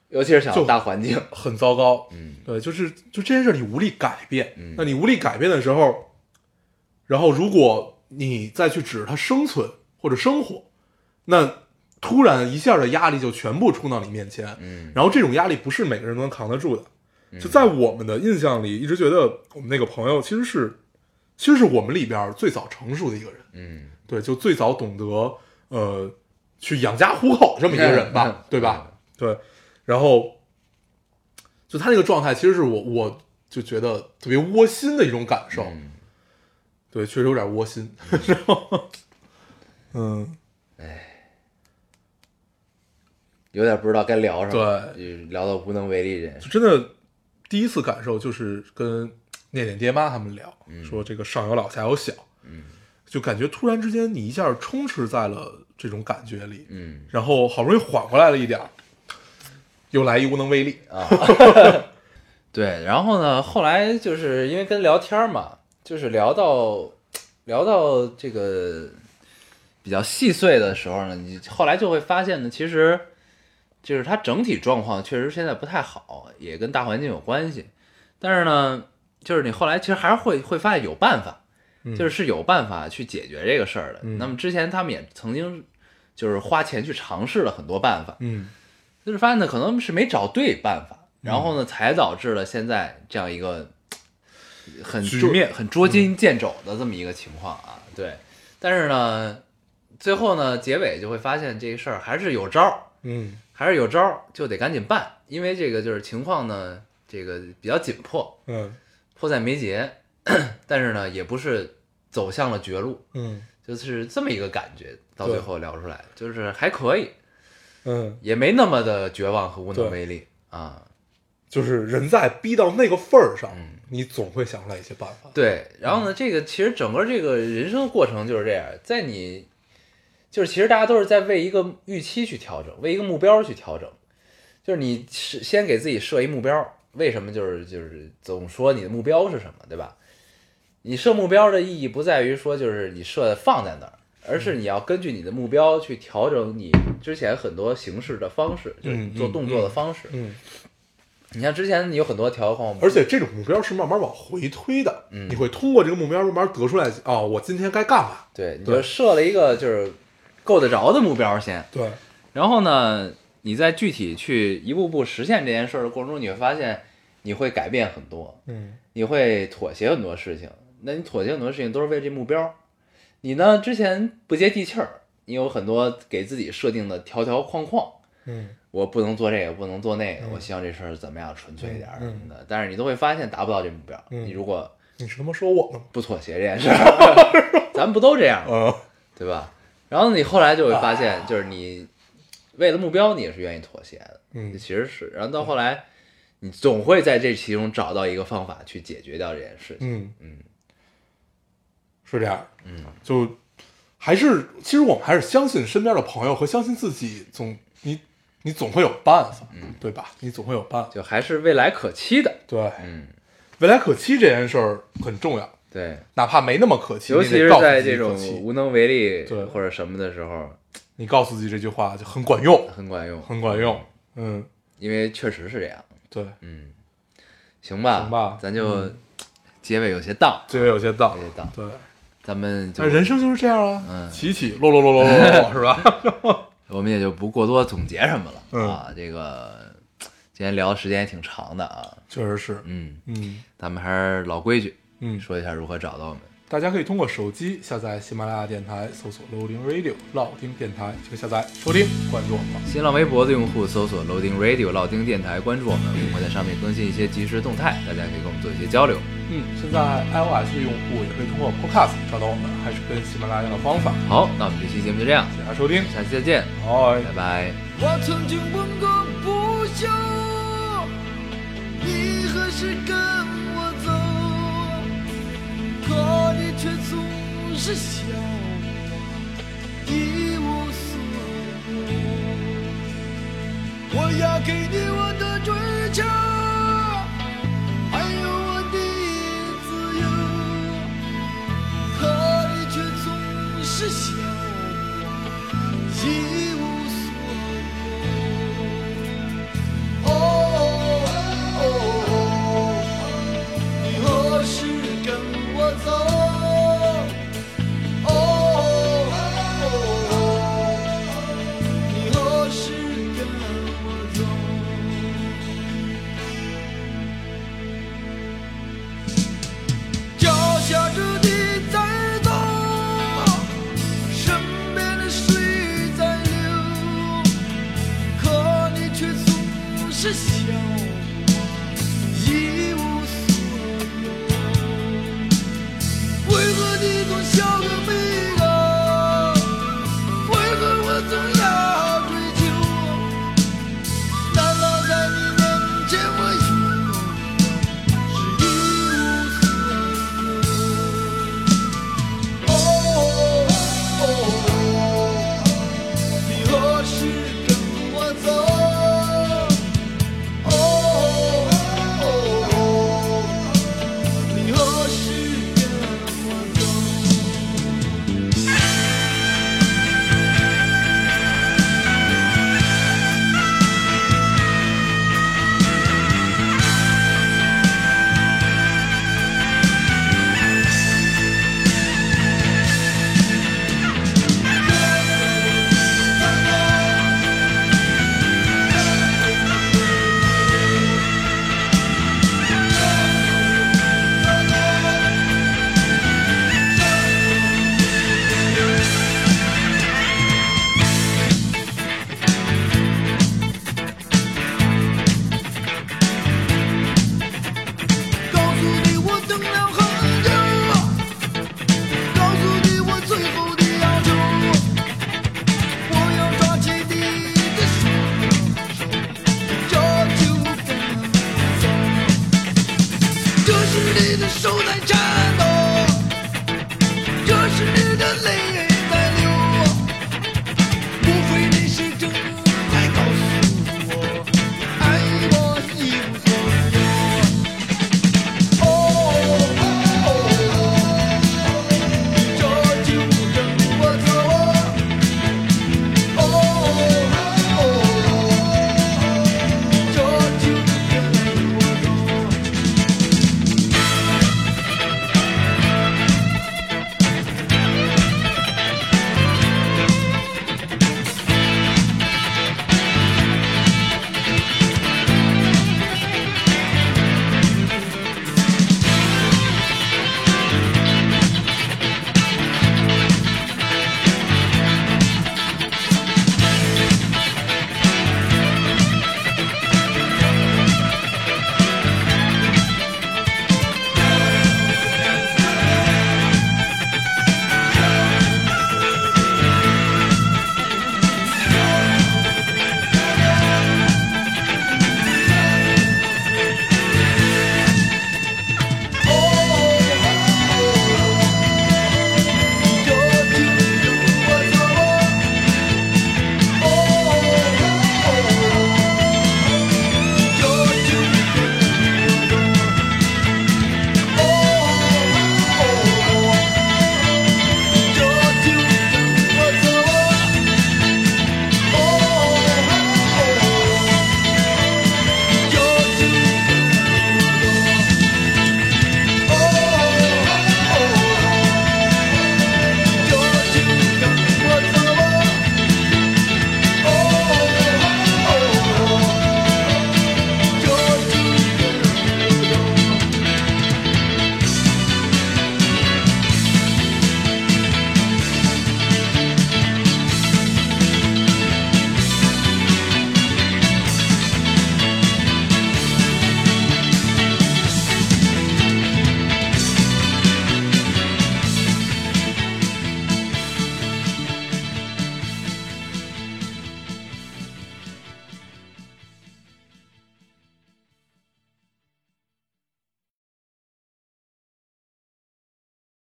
尤其是想到就大环境，很糟糕，嗯，对，就是就这件事你无力改变，嗯那你无力改变的时候，然后如果你再去指着它生存或者生活，那突然一下的压力就全部冲到你面前，嗯然后这种压力不是每个人都能扛得住的。就在我们的印象里，一直觉得我们那个朋友其实是，其实是我们里边最早成熟的一个人，嗯，对，就最早懂得呃去养家糊口这么一个人嗯吧，对吧？对，然后就他那个状态，其实是我我就觉得特别窝心的一种感受，嗯对，确实有点窝心，然后嗯，有点不知道该聊什么，对对，聊到无能为力这件事就，真的第一次感受就是跟念念爹妈他们聊，说这个上有老下有小，嗯就感觉突然之间你一下充斥在了这种感觉里，嗯然后好不容易缓过来了一点儿，又来一无能为力，啊，对。然后呢，后来就是因为跟聊天嘛，就是聊到聊到这个比较细碎的时候呢，你后来就会发现呢，其实就是它整体状况确实现在不太好，也跟大环境有关系。但是呢，就是你后来其实还是会会发现有办法，就是是有办法去解决这个事儿的。那么之前他们也曾经就是花钱去尝试了很多办法，嗯就是发现呢可能是没找对办法，然后呢才导致了现在这样一个呃很局捉面很捉襟见肘的这么一个情况啊。对，但是呢，最后呢结尾就会发现这个事儿还是有招儿，嗯还是有招儿，就得赶紧办，因为这个就是情况呢这个比较紧迫，嗯迫在眉睫， 但是呢也不是走向了绝路，嗯就是这么一个感觉。到对最后聊出来，就是还可以，嗯，也没那么的绝望和无对能为力啊。就是人在逼到那个份儿上嗯，你总会想出来一些办法。对，然嗯后呢，这个其实整个这个人生过程就是这样，在你就是其实大家都是在为一个预期去调整，为一个目标去调整，就是你是先给自己设一目标，为什么就是就是总说你的目标是什么，对吧？你设目标的意义不在于说就是你设的放在那儿，而是你要根据你的目标去调整你之前很多行事的方式，就是嗯做嗯动作的方式。嗯你像之前有很多条框嘛，而且这种目标是慢慢往回推的，嗯你会通过这个目标慢慢得出来，哦，我今天该干嘛？对，你对就设了一个就是够得着的目标先，对，然后呢，你再具体去一步步实现这件事儿的过程中，你会发现你会改变很多，嗯，你会妥协很多事情。那你妥协很多事情都是为这目标，你呢之前不接地气儿，你有很多给自己设定的条条框框，嗯，我不能做这个，不能做那个，我希望这事儿怎么样纯粹一点儿什么的。但是你都会发现达不到这目标，嗯你如果你是他妈说我呢吗？不妥协这件事儿， 咱们不都这样吗？啊，对吧？然后你后来就会发现，就是你为了目标，你也是愿意妥协的，嗯其实是。然后到后来，你总会在这其中找到一个方法去解决掉这件事情。嗯嗯，是这样，嗯，就还是其实我们还是相信身边的朋友和相信自己，总你你总会有办法，嗯，对吧？你总会有办法，就还是未来可期的。对，嗯，未来可期这件事儿很重要，对，哪怕没那么可期，尤其你是得告诉在自己这种可期无能为力对或者什么的时候，你告诉自己这句话就很管用，很管用，很管用，嗯，因为确实是这样。对，嗯，行吧，行吧嗯咱就结尾有些荡，这个有些道有理，些荡，对。咱们就但人生就是这样啊，嗯起起落落落落落落落，是吧？我们也就不过多总结什么了、嗯啊。这个今天聊的时间也挺长的啊，确实是，嗯，嗯咱们还是老规矩，嗯，说一下如何找到我们。大家可以通过手机下载喜马拉雅电台，搜索 Loading Radio 老丁电台，就可以下载收听，关注我们了。新浪微博的用户搜索 Loading Radio 老丁电台，关注我们，我们会在上面更新一些即时动态，大家可以跟我们做一些交流。嗯，现在 iOS 的用户也可以通过 Podcast 找到我们，还是跟喜马拉雅的方法。好，那我们这期节目就这样，谢谢大家收听，下期再见，拜拜拜。我曾经问过不休，你何时跟我走？可你却总是笑我一无所有。我要给你我的追求，还有我的自由，可你却总是笑我。一无所有。哦哦哦，你何时跟我走？哦哦哦，你何时跟我走？脚下的地在动。身边的水在流，可你却总是笑